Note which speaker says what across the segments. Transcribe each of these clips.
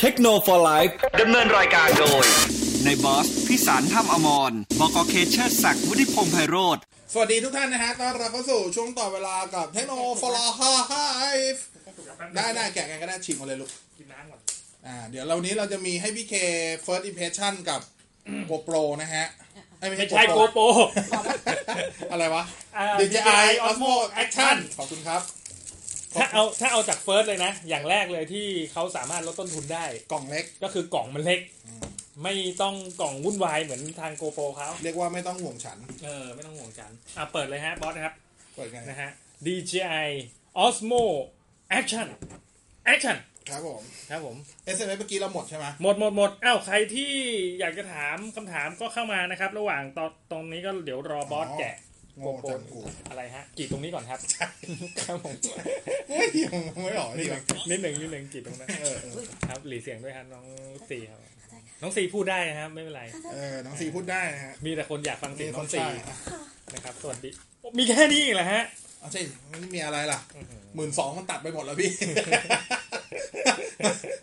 Speaker 1: เทคโนโลยีไลฟ์
Speaker 2: ดำเนินรายการโดย
Speaker 1: ในบอสพิสารถ้ำอมรบกเคเชอร์ศักดิ์วุฒิพงษ์ไพโรธ
Speaker 3: สวัสดีทุกท่านนะฮะ ต้อนรับเข้าสู่ช่วงต่อเวลากับเทคโนโลยีไฮฟ์ได้ได้แกะกันก็ได้ชิมกันเลยลูก
Speaker 4: กินน้ำก่อน
Speaker 3: อ่า เดี๋ยวเรานี้เราจะมีให้พี่เค first impression กับ GoPro นะฮะเอ้ย
Speaker 4: ไม่ใช่โกโป
Speaker 3: อะไรวะ
Speaker 4: อ่า
Speaker 3: DJI
Speaker 4: DJI
Speaker 3: Osmo
Speaker 4: Osmo
Speaker 3: Action
Speaker 4: Action
Speaker 3: ขอบคุณครับ
Speaker 4: ถ้าเอาถ้าเอาจากเฟิร์สเลยนะ อย่างแรกเลยที่เขาสามารถลดต้นทุนได้
Speaker 3: กล่องเล็ก
Speaker 4: ก็คือกล่องมันเล็ก ไม่ต้องกล่องวุ่นวายเหมือนทางโกโปเขา
Speaker 3: เรียกว่าไม่ต้องห่วงฉัน
Speaker 4: เออ ไม่ต้องห่วงจันอ่ะเปิดเลยฮะ บอสนะครับ
Speaker 3: เปิดไง
Speaker 4: นะฮะ DJI Osmo Action Action
Speaker 3: ครับผม
Speaker 4: ครับผม
Speaker 3: SMS เมื่อกี้เราหมดใช่ไหม
Speaker 4: หมดหมดหมดอ้าวใครที่อยากจะถามคำถามก็เข้ามานะครับ ระหว่างตอนตรงนี้ก็เดี๋ยวรอบอสแกะ
Speaker 3: โง่จังกู
Speaker 4: อะไรฮะกรีดตรงนี้ก่อนครับ ครับผม
Speaker 3: เฮ้ยยังไม่ออก
Speaker 4: นิ
Speaker 3: นี่
Speaker 4: ดห
Speaker 3: หรอง
Speaker 4: นึ่นิดหนึ่งนิดหนึ่งจิตตรงนั้น
Speaker 3: เออเออ
Speaker 4: ครับหลีเสียงด้วยครับน้องสีครับน้องสีพูดได้นะครับไม่เป็นไร
Speaker 3: เออน้องซีพูดได้นะฮะ
Speaker 4: มีแต่คนอยากฟังเสียงน้องสี
Speaker 3: ใช่
Speaker 4: นะครับสวัสดีโอ้มีแค่นี้เหรอฮะ
Speaker 3: เอาใช่ไม่มีอะไรล่ะ หมื่นสองมันตัดไปหมดแล้วพี่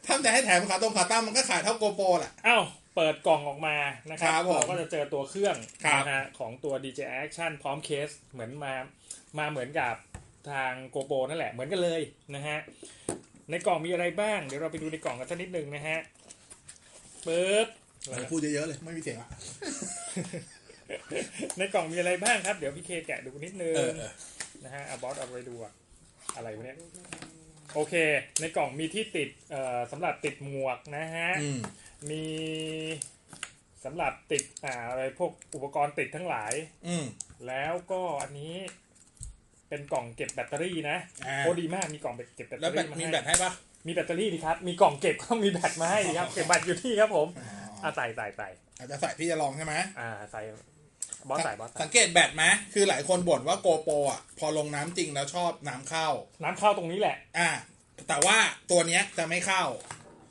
Speaker 3: ถ้าจะให้แถมขาตรงขาตั้มมันก็ขายเท่าโกโปรแหละ
Speaker 4: อ้าวเปิดกล่องออกมานะครั
Speaker 3: ครับบผม
Speaker 4: เราก็จะเจอตัวเครื่อง
Speaker 3: ครับ
Speaker 4: นะฮะของตัว DJI Action พร้อมเคสเหมือนมามาเหมือนกับทางโกโปนั่นแหละเหมือนกันเลยนะฮะในกล่องมีอะไรบ้างเดี๋ยวเราไปดูในกล่องกันสักนิดหนึ่งนะฮะปึ๊บ
Speaker 3: พูดเยอะๆเลยไม่มีเสียงอะ
Speaker 4: ในกล่องมีอะไรบ้างครับ เดี๋ยวพี่เคแกะดูนิดนึง
Speaker 3: เออเออ
Speaker 4: นะฮะเอาบอสเอาไปดูอะอะไรวะเนี่ยโอเค ในกล่องมีที่ติดเอ่อสำหรับติดหมวกนะฮะ
Speaker 3: อืม
Speaker 4: มีสำหรับติดอ่าอะไรพวกอุปกรณ์ติดทั้งหลาย
Speaker 3: อืม
Speaker 4: แล้วก็อันนี้เป็นกล่องเก็บแบตเตอรี่นะ
Speaker 3: อ่า
Speaker 4: โอ้ดีมากมีกล่องเก็บแบตเต
Speaker 3: แล้
Speaker 4: อ
Speaker 3: วแบต
Speaker 4: รี่มา
Speaker 3: มี
Speaker 4: ให้
Speaker 3: แบตให้ปะ
Speaker 4: มีแบตเตอรี่ดีครับ มีกล่อง เก็บก็มีแบตมาให้ดีครับ เก็บแบตอยู่ที่ครับผมอ่าใส่ใส่ใส่
Speaker 3: อาจจะใส่พี่จะลองใช่ไหม
Speaker 4: อ่าใส่บอสใส่บอสใส่
Speaker 3: สังเกตแบตไหมคือหลายคนบ่นว่าโกโปรอ่ะ พอลงน้ำจริงแล้วชอบน้ำเข้า
Speaker 4: น้ำเข้าตรงนี้แหละ
Speaker 3: อ่า แต่ว่าตัวเนี้ยจะไม่เข้า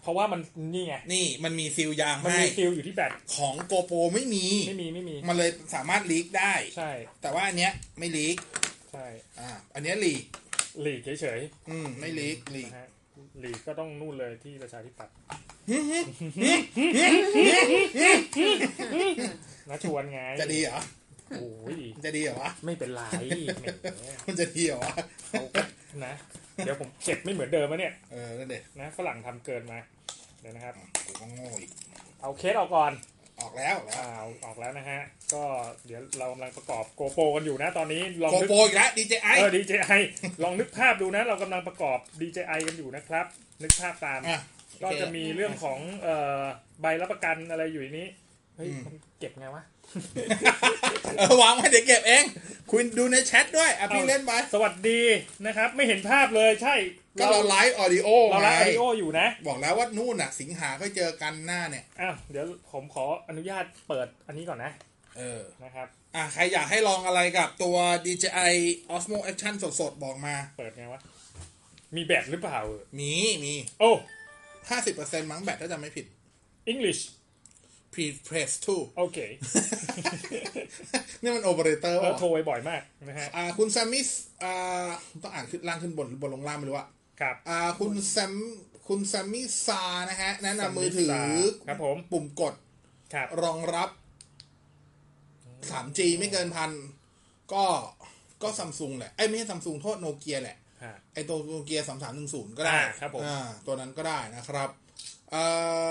Speaker 4: เพราะว่ามันนี่ไง
Speaker 3: นี่มันมีซีลยาง
Speaker 4: มัน
Speaker 3: ให้
Speaker 4: มีฟิลอยู่ที่แบต
Speaker 3: ของโกโปรไม่มี
Speaker 4: ไม่มีไม่มี
Speaker 3: มันเลยสามารถลีกได้
Speaker 4: ใช่
Speaker 3: แต่ว่าอันเนี้ยไม่ลีก
Speaker 4: ใช่
Speaker 3: อ่า อันเนี้ยลีก
Speaker 4: หลีกเฉย
Speaker 3: อืมไม่ลีกลี
Speaker 4: ๆ
Speaker 3: ก
Speaker 4: นะฮะหลีกก็ต้องนู่นเลยที่ประชาธิปัตย์นะชวนไง
Speaker 3: จะดีเหรอ
Speaker 4: โอ้ย
Speaker 3: มันจะดีเหรอวะ
Speaker 4: ไม่เป็นไรแหม
Speaker 3: มันจะดีเหรอวะ
Speaker 4: เขาก็นะ เดี๋ยวผมเก็บไม่เหมือนเดิมแล้วเนี่ย
Speaker 3: เออ นั่นเด็ก
Speaker 4: นะฝรั่งทำเกินมาเดี๋ยวนะครับ
Speaker 3: กูก็โง่อีก
Speaker 4: เอาเคสออกก่อน
Speaker 3: ออกแล้ว
Speaker 4: อ่าเอาออกแล้วนะฮะ ก็เดี๋ยวเรากำลังประกอบโกโปรกันอยู่นะตอนนี้ลอง
Speaker 3: โก
Speaker 4: นึก
Speaker 3: โปรอีกแล้ว DJI
Speaker 4: เออ DJI ลองนึกภาพดูนะ เรากำลังประกอบ DJI กันอยู่นะครับ นึกภาพตาม
Speaker 3: อ่ะ
Speaker 4: ก็จะมีเรื่องของเอ่อใบรับประกันอะไรอยู่ในนี้ เฮ้ย
Speaker 3: อืม
Speaker 4: มันเก็บไงวะ
Speaker 3: เออวางไว้เดี๋ยวเก็บเอง คุณดูในแชทด้วย อ่ะ พี่
Speaker 4: เอา
Speaker 3: เล่นไป
Speaker 4: สวัสดีนะครับ ไม่เห็นภาพเลยใช่
Speaker 3: ก็
Speaker 4: เรา
Speaker 3: เราไลฟ์ออดิโอ
Speaker 4: เรา
Speaker 3: ไง
Speaker 4: ไลฟ์ออดิโออยู่นะ
Speaker 3: บอกแล้วว่านู่นน่ะ สิงหาก็เจอกันหน้าเนี่ย
Speaker 4: อ้าว เดี๋ยวผมขออนุญาตเปิดอันนี้ก่อนนะ
Speaker 3: เออ
Speaker 4: นะครับ
Speaker 3: อ่ะ ใครอยากให้ลองอะไรกับตัว DJI Osmo Action สดๆ บอกมา
Speaker 4: เปิดไงวะ มีแบตหรือเปล่าเออ
Speaker 3: มีมี
Speaker 4: โอ้
Speaker 3: 50%มั้งแบตถ้าจะไม่ผิด
Speaker 4: English
Speaker 3: Pre-press too
Speaker 4: โอเค
Speaker 3: นี่มันโอเปอเรเตอร์
Speaker 4: เออ
Speaker 3: ว่ะ
Speaker 4: โทรไปบ่อยมากนะฮะ
Speaker 3: อ่าคุณแซมมิสอ่าต้องอ่านขึ้นล่างขึ้นบนหรือบนลงล่างไม่รู้อะ
Speaker 4: ครับ
Speaker 3: อ่าคุณแซมคุณแซมมิซานะฮะ แนะนำมือถือ
Speaker 4: ครับผม
Speaker 3: ปุ่มกด
Speaker 4: ครับ
Speaker 3: รองรับ 3G ไม่เกินพัน ก็ก็ซัมซุงแหละไอ้ยไม่ใช่ซัมซุงโทษโนเกียแหละ ไอ้ตัวโนเกียสามสามหนึ่งศูนย์ก็ได้
Speaker 4: อ่าครับผม
Speaker 3: อ่าตัวนั้นก็ได้นะครับเอ่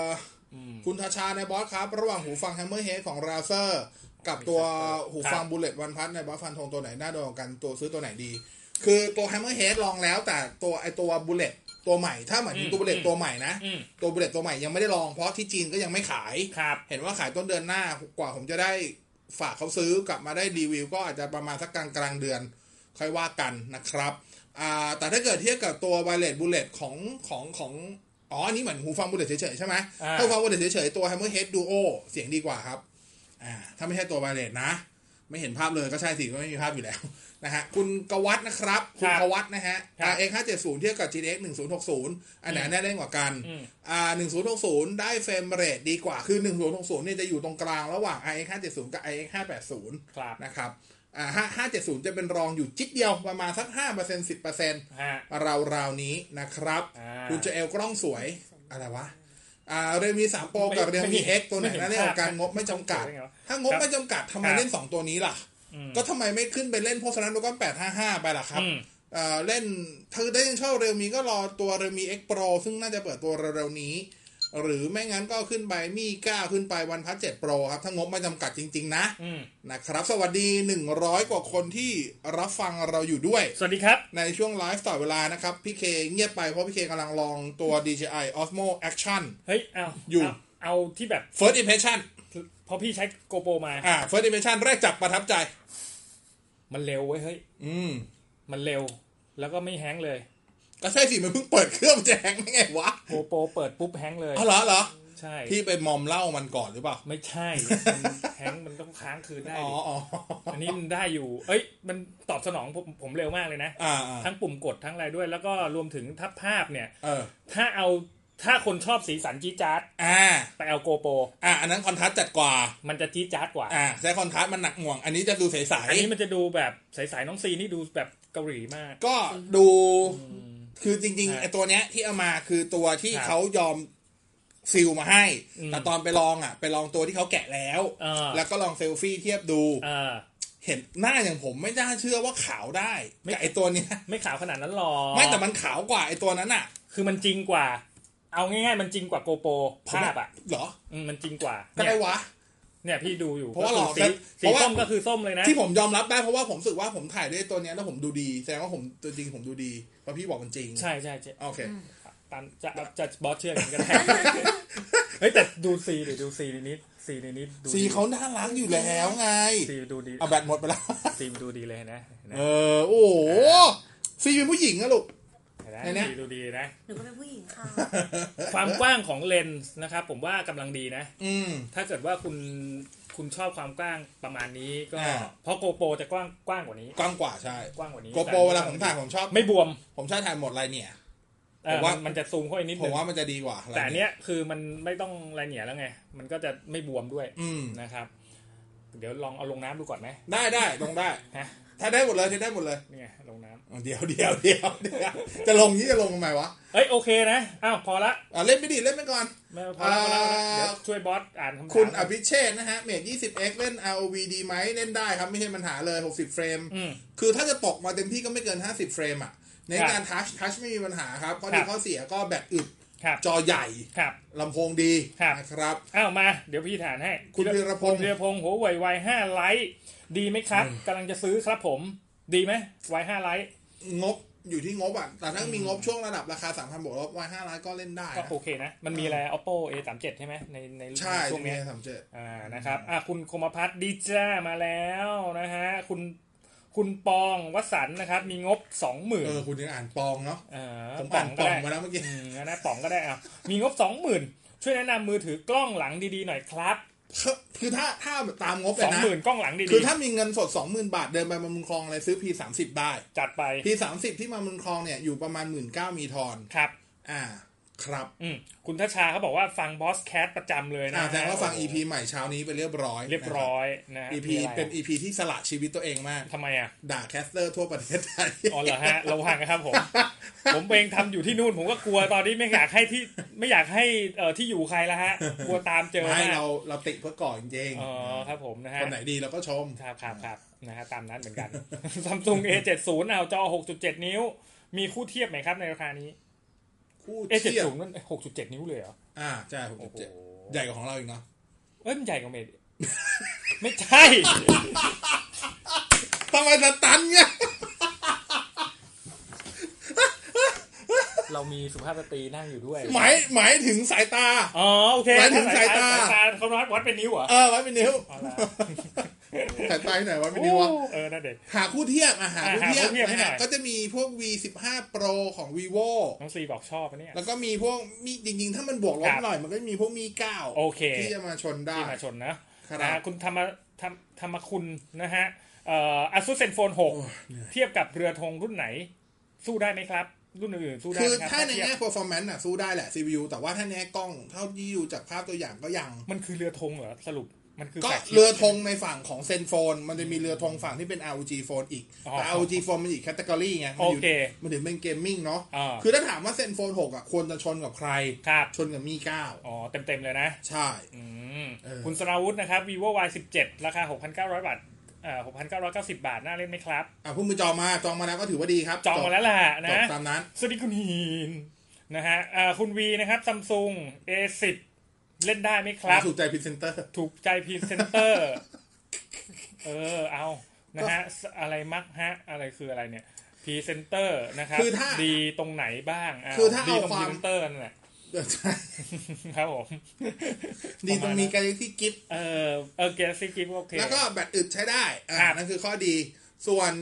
Speaker 3: ออคุณทาชาในบอสครับ ระหว่างหูฟังแฮมเมอร์เฮดของราเซอร์ กับตัวหูฟังบูลเลตวันพัทในบอสฟันธงตัวไหนน่าโดนกว่ากันตัวซื้อตัวไหนดี คือตัวแฮมเมอร์เฮดลองแล้ว แต่ตัวไอตัวบูลเลตตัวใหม่ ถ้าหมายถึงตัวบูลเลตตัวใหม่นะ
Speaker 4: อืม
Speaker 3: ตัวบูลเลตตัวใหม่ยังไม่ได้ลองเพราะที่จีนก็ยังไม่ขาย
Speaker 4: ครับ
Speaker 3: เห็นว่าขายต้นเดือนหน้ากว่าผมจะได้ฝากเขาซื้อกลับมาได้รีวิว ก็อาจจะประมาณสักกลางกลางๆเดือน ค่อยว่ากันนะครับอ่าแต่ถ้าเกิดเทียบกับตัว i วเล t บูลเลตของของของอ๋ออันนี้เหมือนหูฟังบูลเลตเฉยๆใช่ไหม
Speaker 4: อ่า
Speaker 3: ถ้าหูฟังบูลเลตเฉยๆตัว Hammerhead Duo เสียงดีกว่าครับอ่าถ้าไม่ใช่ตัว i วเล t นะ ไม่เห็นภาพเลยก็ใช่สิก็ไม่มีภาพอยู่แล้ว นะฮะคุณกวัตนะครับ คุณ
Speaker 4: ครับ
Speaker 3: กวัตนะฮะ
Speaker 4: ครับ
Speaker 3: RX 570เทียบกับ GTX 1060อันไหนแน่เล่นกว่ากัน
Speaker 4: อืม
Speaker 3: อ่า1060 ได้เฟรมเรทดีกว่า คือ 1060เนี่ยจะอยู่ตรงกลางระหว่าง iX 570 กับ iX 580
Speaker 4: ครับ
Speaker 3: นะครับ อ่า5 570 จะเป็นรองอยู่จิตเดียวประมาณสัก 5% 10%
Speaker 4: ฮะ
Speaker 3: ราวๆนี้นะครับ
Speaker 4: อ่า
Speaker 3: คุณจะเอลกล้องสวย อะไรวะ อ่าเรมีสามโปรกับเรมีเอ็กตัวไหนน่าเล่นกว่ากันงบไม่จำกัด
Speaker 4: ไม่เห็นภาพ
Speaker 3: ถ้างบไม่จำกัดทำไมเล่นสองตัวนี้ล่ะ
Speaker 4: อืม
Speaker 3: ก็ทำไมไม่ขึ้นไปเล่นโพสต์นั้นดูก้อนแปดห้าห้าไปล่ะครับ
Speaker 4: อืม
Speaker 3: เอ่อเล่นถ้าได้ยังชอบเร l มีก็รอตัวเร l มี X Pro ซึ่งน่าจะเปิดตัวเร็วๆนี้ หรือไม่งั้นก็ขึ้นไปมี9ขึ้นไปวันพัทเจ็ดโปรครับ ถ้างบไม่จำกัดจริง ๆ นะ
Speaker 4: อืม
Speaker 3: นะครับ สวัสดี 100 กว่าคนที่รับฟังเราอยู่ด้วย
Speaker 4: สวัสดีครับ
Speaker 3: ในช่วงไลฟ์ต่อเวลานะครับ พี่เคเงียบไปเพราะพี่เคกำลังลองตัว DJI Osmo Action
Speaker 4: เฮ้ย เอา
Speaker 3: อยู่
Speaker 4: เาเอาที่แบบ
Speaker 3: First Impression
Speaker 4: พอพี่ใช้โกโปมา
Speaker 3: อ่า First Impression แรกจับประทับใจ
Speaker 4: มันเร็วเว้ย เฮ้ย
Speaker 3: อืม
Speaker 4: มันเร็ว แล้วก็ไม่แฮงก์เลย
Speaker 3: ก็ใช่สิ มันเพิ่งเปิดเครื่องแจกไม่ไงวะ
Speaker 4: โกโปเปิดปุ๊บแฮงก์เลย
Speaker 3: อ๋อเหรอเหรอ
Speaker 4: ใช่
Speaker 3: พี่ไปมอมเหล้ามันก่อนหรือเปล่า
Speaker 4: ไม่ใช่ มันแฮงก์มันต้องค้างคืนได้
Speaker 3: อ๋อ
Speaker 4: ดิ
Speaker 3: อ๋อ
Speaker 4: อันนี้มันได้อยู่ เอ้ย มันตอบสนองผมผมเร็วมากเลยนะ
Speaker 3: อ่าอ่า
Speaker 4: ทั้งปุ่มกดทั้งอะไรด้วย แล้วก็รวมถึงทับภาพเนี่ย
Speaker 3: เออ
Speaker 4: ถ้าเอาถ้าคนชอบสีสันจี๊ดจ๊าด
Speaker 3: อ่า
Speaker 4: ไปเอาโกโป
Speaker 3: อ่า อันนั้นคอนทราสต์จัดกว่า
Speaker 4: มันจะจี๊ดจ๊าดกว่า
Speaker 3: อ่า ใช้คอนทราสต์มันหนักหน่วง อันนี้จะดูใส
Speaker 4: อันนี้มันจะดูแบบใสๆน้องซีนี่ดูแบบเกาหลีมาก
Speaker 3: ๆ ก็ดู คือจริงๆ
Speaker 4: ฮะ
Speaker 3: ไอตัวเนี้ยที่เอามาคือตัวที่
Speaker 4: ครับ
Speaker 3: เขายอมซิลมาให้
Speaker 4: อืม
Speaker 3: แต่ตอนไปลองอ่ะ ไปลองตัวที่เขาแกะแล้ว
Speaker 4: อ่า
Speaker 3: แล้วก็ลองเซลฟี่เทียบดู
Speaker 4: อ่า
Speaker 3: เห็นหน้าอย่างผมไม่น่าเชื่อว่าขาวได้
Speaker 4: ไม่
Speaker 3: กับไอตัวเนี้ย
Speaker 4: ไม่ขาวขนาดนั้นหรอก
Speaker 3: ไม่แต่มันขาวกว่าไอตัวนั้นอ่ะ
Speaker 4: คือมันจริงกว่า เอาง่ายๆ มันจริงกว่าโกโปร
Speaker 3: ผมว่
Speaker 4: ภาพอ่ะ
Speaker 3: เหรอ
Speaker 4: อืมมันจริงกว่า
Speaker 3: ก็
Speaker 4: เนี่ย
Speaker 3: ได้วะ
Speaker 4: เนี่ยพี่ดูอยู่
Speaker 3: เพราะว่าหลอก
Speaker 4: สี
Speaker 3: ครับ
Speaker 4: สี
Speaker 3: เพราะว่า
Speaker 4: ส้มก็คือส้มเลยนะ
Speaker 3: ที่ผมยอมรับได้เพราะว่าผมรู้สึกว่าผมถ่ายด้วยตัวเนี้ยแล้วผมดูดี แสดงว่าผมตัวจริงผมดูดีเพราะพี่บอกมันจริง
Speaker 4: ใช่ใช่ใช่
Speaker 3: โอเค
Speaker 4: ตามจะจะจะบอสเชื่อกันก็ได้ เฮ้ยแต่ ดูซีดิดูซีในนี้ซีในนี้ดู
Speaker 3: สีเขาน่ารักอยู่แล้วไง
Speaker 4: ซีดูดี
Speaker 3: เอาแบตหมดไปแล้ว
Speaker 4: ซีมันดูดีเลยนะเห็นไหม
Speaker 3: เออ โอ้โหซีเป็นผู้หญิงนะ ลูก
Speaker 4: เห็น
Speaker 3: ไหน
Speaker 4: ไหม
Speaker 3: เนี่ย
Speaker 4: ซีดูดีนะ
Speaker 2: หนูก็เป็นผู้หญิงค่ะ
Speaker 4: ความกว้างของเลนส์นะครับ ผมว่ากำลังดีนะ
Speaker 3: อืม
Speaker 4: ถ้าเกิดว่าคุณคุณชอบความกว้างประมาณนี้ก็
Speaker 3: อ่า
Speaker 4: เพราะโกโปรจะกว้างกว้างกว่านี้
Speaker 3: กว้างกว่าใช่
Speaker 4: กว้างกว่านี้
Speaker 3: โกโปรเวลาผมถ่ายผมชอบ
Speaker 4: ไม่บวม
Speaker 3: ผมชอบถ่ายหมดไรเนี่ย
Speaker 4: เอ
Speaker 3: ผ
Speaker 4: อ
Speaker 3: มว่ามั
Speaker 4: นมันจะซูมเข้าไปนิด
Speaker 3: ผ
Speaker 4: นึ
Speaker 3: ม
Speaker 4: ง
Speaker 3: ว่ามันจะดีกว่า
Speaker 4: แต่อันเนี้ยคือมันไม่ต้องอะไรเหนียแล้วไง มันก็จะไม่บวมด้วย
Speaker 3: อืม
Speaker 4: นะครับ เดี๋ยวลองเอาลงน้ำดูก่อนไหม
Speaker 3: ได้ได้ลงได้
Speaker 4: ฮะ
Speaker 3: ถ้ายได้หมดเลยถ่ายได้หมดเลย
Speaker 4: นี่ไงลงน้ำ
Speaker 3: เดี๋ยวเดี๋ยวเดี๋ยวเดี๋ยวจะลงนี้จะลงทำไมวะ
Speaker 4: เอ้ยโอเคนะอ้าวพอละ
Speaker 3: อ่ะเล่นไปดิเล่นไปก่อน
Speaker 4: ไม่พอละพอละพอละ
Speaker 3: อ่า
Speaker 4: เดี๋ยวช่วยบอสอ่านคำถาม
Speaker 3: คุณอภิเชษนะฮะ เมท 20x เล่น ROV ดีไหมเล่นได้ครับไม่ใช่ปัญหาเลย 60 เฟรม
Speaker 4: อืม
Speaker 3: คือถ้าจะตกมาเต็มที่ก็ไม่เกิน 50 เฟรมอ่ะ ใน
Speaker 4: ครับ
Speaker 3: การทัชทัชไม่มีปัญหาครับข้อ
Speaker 4: ค
Speaker 3: ดี
Speaker 4: รับ
Speaker 3: ข้อเสียก็แบตอึด
Speaker 4: ครับ
Speaker 3: จอใหญ่
Speaker 4: ครับ
Speaker 3: ลำโพงดี
Speaker 4: ครับ
Speaker 3: นะครับ
Speaker 4: อ้าวมา เดี๋ยวพี่ฐานให้
Speaker 3: คุณพีรพงศ์
Speaker 4: คุณพีรพงศ์หัวไวไวห้าไลท์ดีไหมครับกำลังจะซื้อครับผม ดีไหมไวห้าไลท์
Speaker 3: งบอยู่ที่งบอ่ะ แต่ถ้ามีงบช่วงระดับราคา 3,000 บวกลบไว้5ล้านก็เล่นได้
Speaker 4: ก็
Speaker 3: นะ
Speaker 4: โอเคนะ มันมีอะไร oppo a 3 7ใช่ไหมในใน
Speaker 3: ใช่
Speaker 4: ช่
Speaker 3: ช่
Speaker 4: ว
Speaker 3: ว
Speaker 4: ง
Speaker 3: ง
Speaker 4: เนี้
Speaker 3: นี้
Speaker 4: ย
Speaker 3: สามเจ็ด
Speaker 4: อ่านะครับอ่ะคุณคมพัฒน์ดีจ้ามาแล้วนะฮะคุณคุณปองวสันต์นะครับ มีงบสองหมื่น
Speaker 3: เออ คุณยังอ่านปองเนาะ
Speaker 4: เออ
Speaker 3: ผม
Speaker 4: ป่
Speaker 3: อ่า
Speaker 4: อง
Speaker 3: น
Speaker 4: ก็
Speaker 3: ปอง
Speaker 4: ได้
Speaker 3: มาแล้วเมื่อกี้
Speaker 4: อืมนะป่องก็ได้อ่ะมีงบสองหมื่นช่วยแนะนำมือถือกล้องหลังดีๆหน่อยครับ
Speaker 3: คือถ้าถ้าตามงบเล
Speaker 4: ส
Speaker 3: ย
Speaker 4: อง
Speaker 3: นะ
Speaker 4: หมื่นกล้องหลัง
Speaker 3: คื
Speaker 4: ดี
Speaker 3: อถ้ามีเงินสด 20,000 บาทเดินไปบำรุงคลองอะไรซื้อ P30 ได้
Speaker 4: ๆจัดไป
Speaker 3: P30 ที่มาบำรุงคลองเนี่ยอยู่ประมาณ 19,000มีทอน
Speaker 4: ครับ
Speaker 3: อ่า ครับ
Speaker 4: อืมคุณทัชชาเขาบอกว่าฟังบอสแคทประจำเลยนะ
Speaker 3: อ่าแสดงว่าฟัง EP ใหม่เช้านี้ไปเรียบร้อย
Speaker 4: เรียบร้อย
Speaker 3: นะ
Speaker 4: นะ
Speaker 3: ค
Speaker 4: ฮะ
Speaker 3: รับ EP
Speaker 4: มีอะไร
Speaker 3: เป็น EP ที่สละชีวิตตัวเองมาก
Speaker 4: ทำไมอ่ะ
Speaker 3: ด่าแคสเตอร์ทั่วประเทศไทย
Speaker 4: อ๋อเหรอฮะเราห่างกันครับผม ผมเองทำอยู่ที่นู่นผมก็กลัวตอนนี้ไม่อยากให้ที่ไม่อยากให้เอ่อที่อยู่ใครละฮะกลัวตามเจอ
Speaker 3: ไม่
Speaker 4: มาก
Speaker 3: เราเราติเพื่อก่อนจริงๆ
Speaker 4: อ๋อครับผมนะฮะ
Speaker 3: คนไหนดีเราก็ชม
Speaker 4: ครับครับครับนะฮะตามนั้นเหมือนกัน Samsung A70 เอาจอ 6.7 นิ้ว มีคู่เทียบไหมครับในราคานี้
Speaker 3: คู่เทียบ
Speaker 4: A70 นั่น6.7 นิ้วเลยเหรอ
Speaker 3: อ่าใช่หก
Speaker 4: โอ้โห
Speaker 3: เจ็ดใหญ่กว่าของเราอีกเนาะ
Speaker 4: เอ้ยมันใหญ่กว่าเมด ไม่ใช่
Speaker 3: ทำไมสตันเนี่ย
Speaker 4: เรามีสุภาพสตรีนั่งอยู่ด้วย
Speaker 3: หมายหมายถึงสายตา
Speaker 4: อ๋อโอเค
Speaker 3: หมายถึง
Speaker 4: ถ้
Speaker 3: สายตา
Speaker 4: สายตาเขาวัดวัดเป็นนิ้วเหรอ
Speaker 3: เออไว้เป็นนิ้ว
Speaker 4: เอาละ
Speaker 3: สายตาที่ไหนไว้เป็น
Speaker 4: โอ้
Speaker 3: นิ้ววะ
Speaker 4: เออนั่นเด็ก
Speaker 3: หาคู่เทียบอ่ะหา
Speaker 4: อ่ะ
Speaker 3: คู่เทีย
Speaker 4: หา
Speaker 3: บ
Speaker 4: คู่เทียบให้หน่อย
Speaker 3: นะฮะก็จะมีพวก V15 Pro ของ vivo
Speaker 4: น้องซีบอกชอบอันเนี้ย
Speaker 3: แล้วก็มีพวกมีจริงๆ ถ้ามันบวกล
Speaker 4: ครับ บ
Speaker 3: หน่อยมันก็มีพวกมีเก้า
Speaker 4: โอเค
Speaker 3: ที่จะมาชนได้
Speaker 4: ที่มาชนนะครับ นะฮะคุณธรรมธรรมธรรมคุณนะฮะเอ่อ ASUS ZenFone
Speaker 3: โอ้ยเหนื่อย
Speaker 4: 6 เทียบกับเรือธงรุ่นไหน สู้ได้ไหมครับ รุ่นอื่นๆสู้ได้
Speaker 3: คือ
Speaker 4: ไหมครับ
Speaker 3: ถ้าใน
Speaker 4: เทียบ
Speaker 3: แง่ performance อ่ะสู้ได้แหละ CPU แต่ว่าถ้าในแง่กล้องเท่าที่ดูจากภาพตัวอย่างก็ยัง
Speaker 4: มันคือเรือธงเหรอสรุป มันคือ
Speaker 3: ก็
Speaker 4: แฟลกชิป
Speaker 3: เรือธงในฝั่งของเซนโฟน มันจะมีเรือธงฝั่งที่เป็น ROG Phone อีก
Speaker 4: อ๋อ
Speaker 3: แต่ ROG Phone มันอีกแคตตากรีไง มัน
Speaker 4: โอเค
Speaker 3: มันถึงเป็นเกมมิ่งเนาะ
Speaker 4: อ่า
Speaker 3: คือถ้าถามว่าเซนโฟน6อ่ะควรจะชนกับใคร
Speaker 4: ครับ
Speaker 3: ชนกับมีเก้า
Speaker 4: อ๋อเต็มๆเลยนะ
Speaker 3: ใช่
Speaker 4: อืม
Speaker 3: เออ
Speaker 4: คุณสราวุธนะครับ vivo y 1 7ราคา 6,900 บาทเอ่อ6,990 บาท น่าเล่นไหมครับ
Speaker 3: อ่ะเพุ่งไปจองมา จองมาแล้วก็ถือว่าดีครับ
Speaker 4: จองมาแล้วล่ะ
Speaker 3: จบ
Speaker 4: นะ
Speaker 3: ตามนั้น
Speaker 4: สวัสดีคุณฮีนนะฮะเอ่อคุณวีนะครับซัมซุง A10 เล่นได้ไหมครับ
Speaker 3: ถูกใจพรีเซนเตอร์
Speaker 4: ถูกใจพรีเซนเตอร์ เออ เอา นะฮะสอะไรมักฮะ อะไรคืออะไรเนี่ยพรีเซนเตอร์นะครับ
Speaker 3: คือถ้า
Speaker 4: ดีตรงไหนบ้างะ
Speaker 3: คือถ้า
Speaker 4: ดี
Speaker 3: เอา
Speaker 4: ตรง
Speaker 3: ค
Speaker 4: พ
Speaker 3: วาม
Speaker 4: รีเซนเตอร์นั่นแหละ ครับผม
Speaker 3: ดีตรงมีการที่กิฟ
Speaker 4: เออเออเกสซี่กิฟโอเค
Speaker 3: แล้วก็แบตอึดใช้ได้ อ่า
Speaker 4: ครับ
Speaker 3: นั่นคือข้อดี ส่วน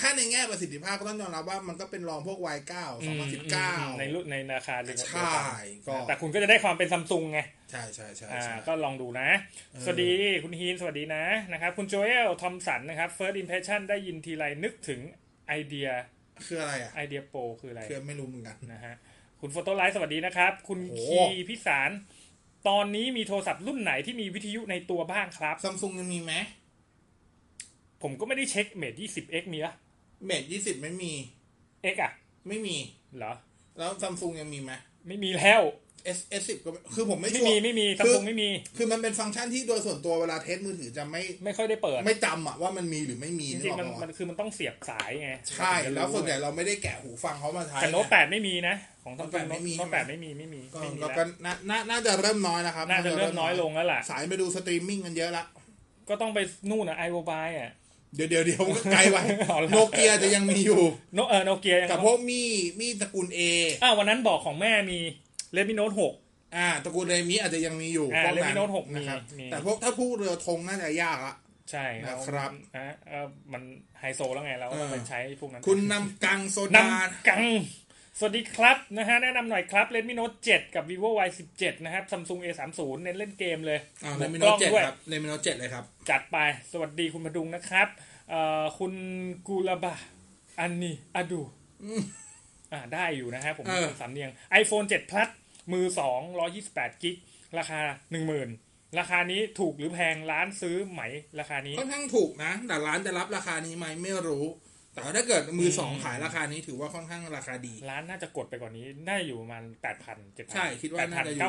Speaker 3: ถ้าในแง่ประสิทธิภาพก็ต้องยอมรับว่ามันก็เป็นรองพวก Y9 2019
Speaker 4: ในรุ่นในราคาเดียวกัน
Speaker 3: ใช่ก็
Speaker 4: แต่คุณก็จะได้ความเป็นซัมซุงไง
Speaker 3: ใช่ใช่ใช่
Speaker 4: อ่า
Speaker 3: ใช่
Speaker 4: ก็ลองดูนะ
Speaker 3: ออ
Speaker 4: สวัสดีคุณฮีน สวัสดีนะ นะครับ คุณโจเอล ทอมสัน นะครับ first impression ได้ยินทีไรนึกถึงไอเดีย
Speaker 3: คืออะไรอ่ะ
Speaker 4: ไอเดียโปรคืออะไร
Speaker 3: คือไม่รู้เหมือนกัน
Speaker 4: นะฮะ คุณโฟโต้ไลท์สวัสดีนะครับ คุณ
Speaker 3: โอ้โห
Speaker 4: คีพิสาร ตอนนี้มีโทรศัพท์รุ่นไหนที่มีวิทยุในตัวบ้างครับ
Speaker 3: ซัมซุงยังมีไหม
Speaker 4: ผมก็ไม่ได้เช็คเมท 20x มีปะ
Speaker 3: เมดยี่สิบไม่มี
Speaker 4: x อ่ะ
Speaker 3: ไม่มี
Speaker 4: เหรอ
Speaker 3: แล้วซัมซุงยังมีไหม
Speaker 4: ไม่มีแล้ว
Speaker 3: S S สิบก็ไม่คือผมไม่
Speaker 4: ไม่
Speaker 3: ชัว
Speaker 4: มี
Speaker 3: ร์
Speaker 4: ไม่มีซัม
Speaker 3: คือ
Speaker 4: ซุงไม่มี
Speaker 3: คือมันเป็นฟังก์ชันที่โดยส่วนตัวเวลาเทสมือถือจะไม่
Speaker 4: ไม่ค่อยได้เปิด
Speaker 3: ไม่จำอะว่ามันมีหรือไม่มี
Speaker 4: จ
Speaker 3: นึ
Speaker 4: ริ
Speaker 3: ก
Speaker 4: ง
Speaker 3: ออ
Speaker 4: ๆมัน
Speaker 3: ก
Speaker 4: มั
Speaker 3: ปะ
Speaker 4: นคือมันต้องเสียบสายไง
Speaker 3: ใช่
Speaker 4: ถึงจะรู้
Speaker 3: แล้วส่วนใหญ่เราไม่ได้แกะหูฟังเขามาใช้
Speaker 4: แต่โน้ตแปดไม่มีนะ ของซัม
Speaker 3: โน้ตแป
Speaker 4: ซุง
Speaker 3: ด
Speaker 4: โ
Speaker 3: ไม่มี
Speaker 4: น้ตแปด
Speaker 3: ใช่ไหม
Speaker 4: ไม่มีไม่มี
Speaker 3: ก็
Speaker 4: ไม่มี
Speaker 3: แล้วก็
Speaker 4: แล้ว
Speaker 3: น่าน่าน่าจะเริ่มน้อยนะครับ
Speaker 4: น่าจะเริ่มน้อยลงแล้วล่ะ
Speaker 3: สายไปดูสตรีมมิ่งกันเยอะละ
Speaker 4: ก็ต้องไปนู่นนะไอโอบายอ่ะ
Speaker 3: เดี๋ยวเดี๋ยว เดี๋ยวมันก็ไกลไป
Speaker 4: เอาละ
Speaker 3: โนเกียจะยังมีอยู่
Speaker 4: โนเออโนเกียยัง
Speaker 3: กับพวกมีมีตระกูล A
Speaker 4: อ้าววันนั้นบอกของแม่มีเลมิโนตหก
Speaker 3: อ่าตระกูลเรมิอาจจะยังมีอยู่
Speaker 4: อ่า
Speaker 3: พว
Speaker 4: เรมิโน้ตหกมี
Speaker 3: นะครับ
Speaker 4: มี
Speaker 3: แต่พวกถ้าพูดเรือธงน่าจะยากละ
Speaker 4: ใช่
Speaker 3: นะครับ
Speaker 4: อ่ะเออมันไฮโซแล้วไงเราก็
Speaker 3: เออ
Speaker 4: ไปใช้พวกนั้น
Speaker 3: คุณนำกังโซ
Speaker 4: น
Speaker 3: ดา
Speaker 4: ำกัง สวัสดีครับนะฮะแนะนำหน่อยครับเลมิโนตเจ็ดกับ vivo y สิบเจ็ดนะครับซัมซุง a สามศูนย์เน้นเล่นเกมเลย
Speaker 3: อ่าเรมิ
Speaker 4: ก
Speaker 3: โน้
Speaker 4: ล้
Speaker 3: ต
Speaker 4: อง
Speaker 3: เจ็ด
Speaker 4: ด้วย
Speaker 3: ครับเรมิโน้ตเจ็ดเลยครับ
Speaker 4: จัดไป สวัสดีคุณพดุงนะครับเอ่อคุณกุลบะ อันนี้อะดู อ่าได้อยู่นะฮะผม
Speaker 3: เออ
Speaker 4: สำเนียง iPhone 7 Plus มือ2 128กิกราคา 10,000 ราคานี้ถูกหรือแพงร้านซื้อไหมราคานี้
Speaker 3: ค่อนข้างถูกนะ แต่ร้านจะรับราคานี้ไหมไม่รู้ แต่ว่าถ้าเกิดมือสองขายราคานี้ถือว่าค่อนข้างราคาดี
Speaker 4: ร้านน่าจะกดไปกว่านี้ น่าอยู่ประมาณ 8,000 7,000
Speaker 3: ใช่คิดว่าน่าจะอยู่
Speaker 4: 8,000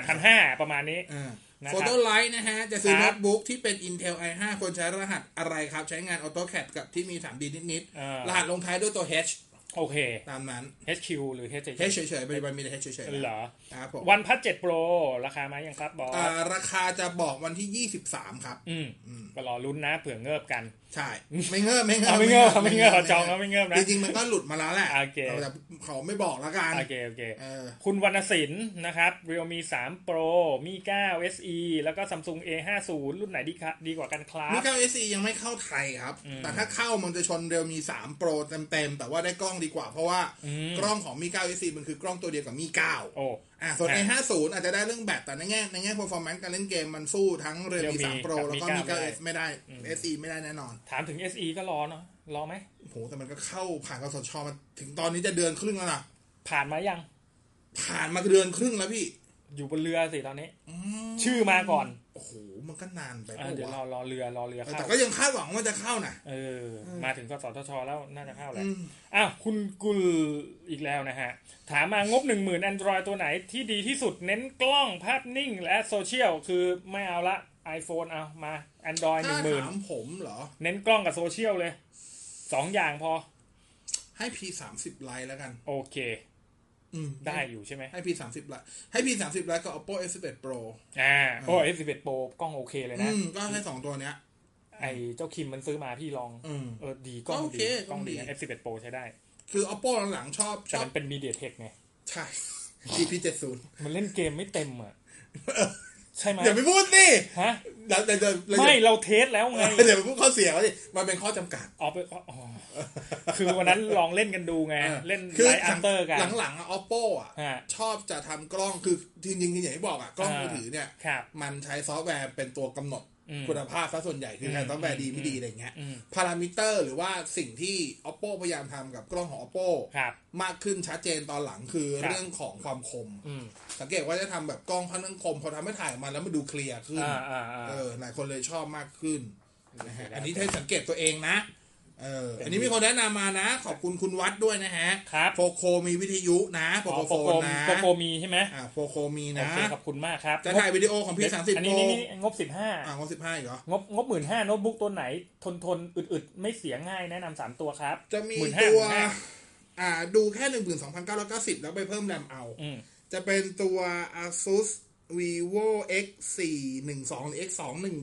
Speaker 4: 9,000 8,500 ประมาณนี้
Speaker 3: อ่า
Speaker 4: นะครับ
Speaker 3: โฟโต้ไลท์นะฮะ จะซื้อ
Speaker 4: ครั
Speaker 3: โน้
Speaker 4: บ
Speaker 3: ตบุ๊กที่เป็น Intel i5 ควรใช้รหัสอะไรครับ ใช้งาน AutoCAD กับที่มีฐานดีนิด
Speaker 4: อ่าร ร
Speaker 3: หัสลงท้ายด้วยตัว H
Speaker 4: โอเค
Speaker 3: ตามนั้น
Speaker 4: HQ หรือ HJ
Speaker 3: H เฉยๆปัจจุบันมีแต่ H เฉยๆนะ
Speaker 4: เหรอ
Speaker 3: ครับผม
Speaker 4: วันพัด7 Pro ราคามายังครับบอส
Speaker 3: อ่าราคาจะบอกวันที่ 23 ครับ
Speaker 4: อืมก็รอลุ้นนะเผื่อเงิบกัน
Speaker 3: ใช่ ไม่เงิบไม่เงิบ
Speaker 4: เอาไม่เงิบเอาไม่เงิบเอาจองแล้วไม่เงิบนะ
Speaker 3: จริงๆมันก็หลุดมาแล้วแหละ
Speaker 4: โอเค
Speaker 3: แต่เขาไม่บอกแล้วกัน
Speaker 4: โอเคโอเค
Speaker 3: เออ
Speaker 4: คุณวรรณศิลป์นะครับ Realme 3 Pro มี 9 SE แล้วก็ Samsung A50 รุ่นไหนดีคะดีกว่ากันครั
Speaker 3: มี
Speaker 4: บ
Speaker 3: เก้า SE ยังไม่เข้าไทยครับ แต่ถ้าเข้ามันจะชนเร็วมี3 Pro เต็มๆ แต่ว่าได้กล้องดีกว่า เพราะว่ากล้องของมี9 SE มันคือกล้องตัวเดียวกับมี9
Speaker 4: โอ้
Speaker 3: อ่ะส่วน
Speaker 4: อ่ะ
Speaker 3: A50 อาจจะได้เรื่องแบตแต่ในแง่ในแง่ performance การเล่นเกมมันสู้ทั้งเร็วมี
Speaker 4: Realme
Speaker 3: 3 Pro
Speaker 4: กับ
Speaker 3: แล้วก็มี
Speaker 4: Mi 9S
Speaker 3: 9S ไม่ได้ SE ไม่ได้แน่นอน
Speaker 4: ถามถึง SE ก็รอเนาะรอไหม
Speaker 3: โหแต่มันก็เข้าผ่านกสชมาถึงตอนนี้จะเดือนครึ่งแล้วนะ
Speaker 4: ผ่านมายัง
Speaker 3: ผ่านมาเดือนครึ่งแล้วพี่
Speaker 4: อยู่บนเรือสิตอนนี้ ชื่อมาก่อน
Speaker 3: โอ้โหมันก็นานไป
Speaker 4: อ่ะ
Speaker 3: ปะ
Speaker 4: เดี๋ยวรอ
Speaker 3: วะ
Speaker 4: รอเรือรอเรือ
Speaker 3: แต่
Speaker 4: เข้า
Speaker 3: ก็ยังคาดหวังว่าจะเข้านะ
Speaker 4: เออ มาถึงกสทช แล้วน่าจะเข้าแหละ
Speaker 3: อืม
Speaker 4: อ้าวคุณกุลอีกแล้วนะฮะ ถามมางบ 1 0,000 Android ตัวไหนที่ดีที่สุดเน้นกล้องภาพนิ่งและโซเชียลคือไม่เอาละ iPhone เอามา Android
Speaker 3: ถ้า
Speaker 4: 10,000
Speaker 3: ถามผมเหรอ
Speaker 4: เน้นกล้องกับโซเชียลเลยสองอย่างพอ
Speaker 3: ให้ P30 ไลท์แล้วกัน
Speaker 4: โอเค
Speaker 3: อืม
Speaker 4: ได้อยู่ใช่ไหม
Speaker 3: ให้ P สามสิบละให้ P สามสิบละก็ Oppo S สิบเอ็ด Pro
Speaker 4: อ่าโอ้ F11 Pro กล้องโอเคเลย
Speaker 3: อื
Speaker 4: นะ
Speaker 3: มก็ให้สองตัวเนี้ย
Speaker 4: ไอเจ้าคิมมันซื้อมาพี่ลอง
Speaker 3: อืม
Speaker 4: เออ ดีกล้อง
Speaker 3: โอ
Speaker 4: ดี
Speaker 3: เค
Speaker 4: กล้องดี
Speaker 3: กล้องดี
Speaker 4: F11 Pro ใช้ได้
Speaker 3: คือ Oppo หลังๆชอบช
Speaker 4: แต่
Speaker 3: อบ
Speaker 4: มันเป็น MediaTek ไง
Speaker 3: ใช่ GP เจ็ดศูนย์
Speaker 4: มันเล่นเกมไม่เต็มอ่ะ ใช่ไหม
Speaker 3: อย่าไปพูดสิ
Speaker 4: ฮะ
Speaker 3: เดี๋ยวเดี๋ยวเดี๋ยวเรา
Speaker 4: ไม่เราเทสแล้วไง
Speaker 3: เดี๋ยวไปพูดข้อเสียเขาดิมันเป็นข้อจำกัด
Speaker 4: ออกไปอ๋ออ๋อคือวันนั้นลองเล่นกันดูไง เล่น
Speaker 3: คือ
Speaker 4: ไลท์อัพเตอร์กัน
Speaker 3: หลังๆอะ Oppo อ่ะ
Speaker 4: ฮะ
Speaker 3: ชอบจะทำกล้องคือจริงๆอย่างที่บอกอ่ะ กล้องมืออา ถือเนี่ย
Speaker 4: ครับ
Speaker 3: มันใช้ซอฟต์แวร์เป็นตัวกำหนด
Speaker 4: อืม
Speaker 3: คุณภาพซะส่วนใหญ่คือการต้องแปลดีไม่ดีอะไรเงี้ย
Speaker 4: อืม
Speaker 3: พารามิเตอร์หรือว่าสิ่งที่ oppo พยายามทำกับกล้องของ oppo
Speaker 4: ครับ
Speaker 3: มากขึ้นชัดเจนตอนหลังคือ
Speaker 4: ครับ
Speaker 3: เรื่องของความคม
Speaker 4: อืม
Speaker 3: สังเกตว่าจะทำแบบกล้องค่อนข้างคมพอทำให้ถ่ายออกมาแล้วมันดูเคลียร์ขึ้น
Speaker 4: อ่าอ่าอ่า
Speaker 3: เออหลายคนเลยชอบมากขึ้นนะฮะ
Speaker 4: ได้
Speaker 3: อันนี้ถ้าสังเกตตัวเองนะเอออันนี้มีคนแนะนำมานะ ขอบคุณคุณวัดด้วยนะฮะ
Speaker 4: ครับ
Speaker 3: โฟโคมีวิทยุนะโฟ
Speaker 4: อ๋อ
Speaker 3: โค
Speaker 4: โป
Speaker 3: โฟ
Speaker 4: รโก
Speaker 3: น
Speaker 4: ม
Speaker 3: นะ
Speaker 4: โปรโกมีใช่ไหม
Speaker 3: อ่าโฟโคมี
Speaker 4: โอ
Speaker 3: นะ
Speaker 4: เคขอบคุณมากครับ
Speaker 3: จะถ่ายวิดีโอของพี่สามสิบ
Speaker 4: อัน
Speaker 3: โป
Speaker 4: นี้
Speaker 3: ร
Speaker 4: นี่นี่งบสิบห้า
Speaker 3: อ่างบสิบห้าอีกเหรอ
Speaker 4: งบงบหมื่นห้าโน้ตบุ๊กตัวไหน ทนทนอึดอึดไม่เสียง่ายแนะนำสามตัวครับ
Speaker 3: จะมี
Speaker 4: 15,000
Speaker 3: ตัว
Speaker 4: นะ
Speaker 3: อ่าดูแค่หนึ่งหมื่นสองพันเก้าร้อยเก้าสิบแล้วไปเพิ่มแรมเอา
Speaker 4: อืม
Speaker 3: จะเป็นตัว asus vivo x สี่หนึ่งสอง x สองหนึ่ง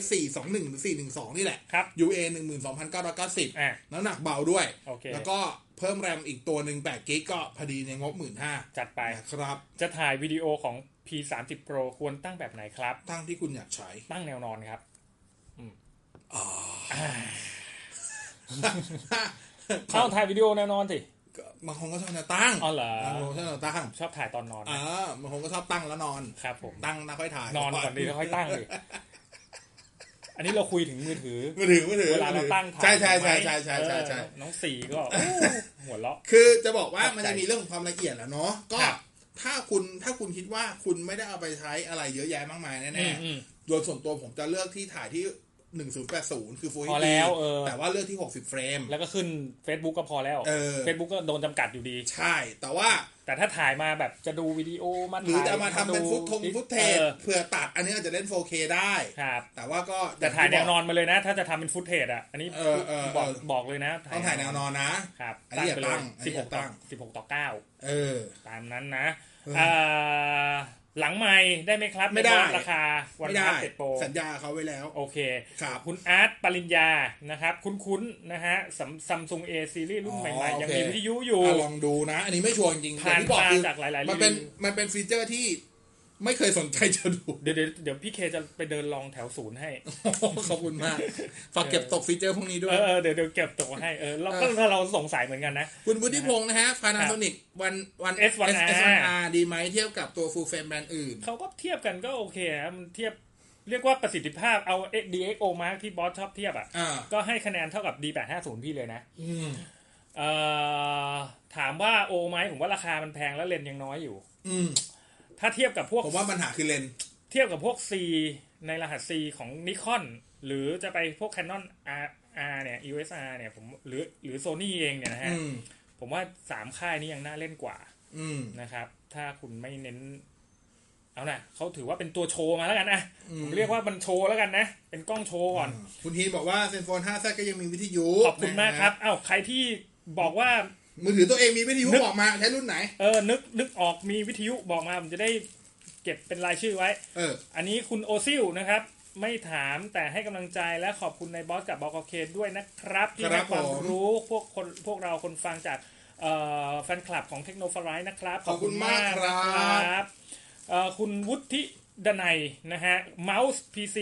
Speaker 3: x สี่สองหนึ่งหรือสี่หนึ่งสองนี่แหละ
Speaker 4: ครับ
Speaker 3: UA หนึ่งหมื่นสองพันเก้าร้อยเก้าสิบ
Speaker 4: อ่ะ
Speaker 3: น้ำหนักเบาด้วย
Speaker 4: โอเค
Speaker 3: แล้วก็เพิ่มแรมอีกตัวหนึ่งแปดกิกก็พอดีในงบหมื่นห้า
Speaker 4: จัดไป
Speaker 3: นะครับ
Speaker 4: จะถ่ายวิดีโอของ P30 Pro ควรตั้งแบบไหนครับ
Speaker 3: ทั้งที่คุณอยากใช้
Speaker 4: ตั้งแนวนอนครับ เข้าถ่ายวิดีโอแนวนอนสิ
Speaker 3: บางคนก็ชอบแนวตั้ง
Speaker 4: อ๋อเหรอ
Speaker 3: บางคนชอบแนวตั้ง
Speaker 4: ชอบถ่ายตอนนอนนะ
Speaker 3: อ่าบางคนก็ชอบตั้งแล้วนอน
Speaker 4: ครับผม
Speaker 3: ตั้ง แล้วค่อยถ่าย
Speaker 4: นอนก่อนดีแล้วค่อยตั้งดิ อันนี้เราคุยถึงมือ ถือ
Speaker 3: มือถือมือถือ
Speaker 4: เวลาเราตั้งถ่าย
Speaker 3: ใช่ใช่
Speaker 4: ถูกไหม
Speaker 3: ใช่ใช่ใช่ใช่ใช่
Speaker 4: เออน้องสี่ ก็โอ้หัวเราะ
Speaker 3: คือจะบอกว่า
Speaker 4: เข้าใจ
Speaker 3: มันจะมีเรื่องของความละเอียดแหละเนาะ ก็
Speaker 4: ครับ
Speaker 3: ถ้าคุณถ้าคุณคิดว่าคุณไม่ได้เอาไปใช้อะไรเยอะแยะมากมาย
Speaker 4: อื
Speaker 3: แน่
Speaker 4: มอืม
Speaker 3: ๆ โดยส่วนตัวผมจะเลือกที่ถ่ายที่ 1080 คือ Full
Speaker 4: พอ
Speaker 3: HD
Speaker 4: แล้วเออ
Speaker 3: แต่ว่าเลือกที่ 60 เฟรม
Speaker 4: แล้วก็ขึ้น Facebook ก็พอแล้ว
Speaker 3: เออ
Speaker 4: Facebook ก็โดนจำกัดอยู่ดี
Speaker 3: ใช่ แต่ว่า
Speaker 4: แต่ถ้าถ่ายมาแบบจะดูวิดีโอมา
Speaker 3: หรือ
Speaker 4: ถ่าย
Speaker 3: จะเอามาทำเป็น
Speaker 4: ดู
Speaker 3: ฟุตทงฟุตเทจ
Speaker 4: ออ
Speaker 3: เผื่อตัดอันนี้อาจจะเล่น 4K ได้
Speaker 4: ครับ
Speaker 3: แต่ว่าก็
Speaker 4: แต่ถ่ายแน
Speaker 3: ที่
Speaker 4: ว
Speaker 3: บก
Speaker 4: นอนมาเลยนะ ถ้าจะทำเป็นฟุตเทจอ่ะ อันนี้
Speaker 3: เออเออเออ
Speaker 4: บอกบอกเลยนะ
Speaker 3: ต้องถ่ายแนวนอนนะ
Speaker 4: ครับ
Speaker 3: อันนี้อย่าตั้งอันนี้อ
Speaker 4: สิบห
Speaker 3: ย่าก ตั้
Speaker 4: ต่อง สิบหกต่อเก้า
Speaker 3: เออ
Speaker 4: ตามนั้นนะ
Speaker 3: เออ
Speaker 4: เอ่อหลังไม่ได้ไหมครับ
Speaker 3: ไม่ได้
Speaker 4: ในบอสราคาวัน
Speaker 3: ไม่
Speaker 4: พั
Speaker 3: ได้
Speaker 4: บเจ็ดโปร
Speaker 3: สัญญาเขาไว้แล้ว
Speaker 4: โอเค
Speaker 3: ครับ
Speaker 4: คุณอาร์ตปริญญานะครับ คุ้นๆนะฮะซัมซุงเอซีรีส์รุ่นใหม่ๆ ยังมีวิทยุอยู่
Speaker 3: อ่ะลองดูนะ อันนี้ไม่ชัวร์จริงๆแต่
Speaker 4: ผ่าน
Speaker 3: ที่บอกคือ
Speaker 4: จากหลายๆ
Speaker 3: มันเป็น
Speaker 4: รีวิว
Speaker 3: มันเป็นฟีเจอร์ที่ไม่เคยสนใจจะ ดู
Speaker 4: เดี๋ยวเดี๋ยวเดี๋ยวพี่เคจะไปเดินลองแถวศูนย์ให้
Speaker 3: ขอบคุณมากฝากเก็บตกฟีเจอร์พวกนี้ด้ว
Speaker 4: เอย อเออเดี๋ยวเดี๋ยวเก็บตัวให้เออเราก็เราสงสัยเหมือนกันนะ
Speaker 3: คุณวุฒิพงศ์นะฮะ Panasonic วันวัน
Speaker 4: S1R
Speaker 3: S1R ดีไหมเทียบกับตัว full frame แบรนด์อื่น
Speaker 4: เขาก็เทียบกันก็โอเคนะมันเทียบเรียกว่าประสิทธิภาพเอา DxO Mark ที่บอสชอบเทียบอ่ะ
Speaker 3: อ่า
Speaker 4: ก็ให้คะแนนเท่ากับ D850 พี่เลยนะ
Speaker 3: อืม
Speaker 4: เอ่อถามว่าโอไหมผมว่าราคามันแพงแล้วเลนส์ยังน้อยอยู่
Speaker 3: อืม
Speaker 4: ถ้าเทียบกับพวก
Speaker 3: ผมว่าปัญหาคือเลนส์
Speaker 4: เทียบกับพวก C ในรหัส C ของนิคอนหรือจะไปพวก Canon R R เนี่ย USR เนี่ยผมหรือหรือ Sony เองเนี่ยนะฮะ
Speaker 3: อืม
Speaker 4: ผมว่าสามค่ายนี้ยังน่าเล่นกว่า
Speaker 3: อืม
Speaker 4: นะครับถ้าคุณไม่เน้น เอานะเขาถือว่าเป็นตัวโชว์มาแล้วกันนะผมเรียกว่ามันโชว์แล้วกันนะ เป็นกล้องโชว์ก่อน
Speaker 3: คุณฮีนบอกว่าเซนโฟน 5Z ก็ยังมีวิทยุ
Speaker 4: ขอบคุณมากครับอ้าวใครที่บอกว่า
Speaker 3: มือถือตัวเองมีวิทยุ
Speaker 4: นึก
Speaker 3: บอกมาใช้รุ่นไหน
Speaker 4: เออนึกนึกออกมีวิทยุบอกมาผมจะได้เก็บเป็นรายชื่อไว้
Speaker 3: เออ
Speaker 4: อันนี้คุณโอซิลนะครับ ไม่ถามแต่ให้กำลังใจและขอบคุณในบอสกับบกเคด้วยนะครับ ที่
Speaker 3: ครั
Speaker 4: ให้
Speaker 3: บ
Speaker 4: ความ
Speaker 3: ผม
Speaker 4: รู้พวกคนพวกเราคนฟังจากเอ่อแฟนคลับของเทคโนโลยีนะครับ
Speaker 3: ขอบคุณมากครับ
Speaker 4: เอ่อคุณวุฒิดนัยนะฮะเมาส์ PC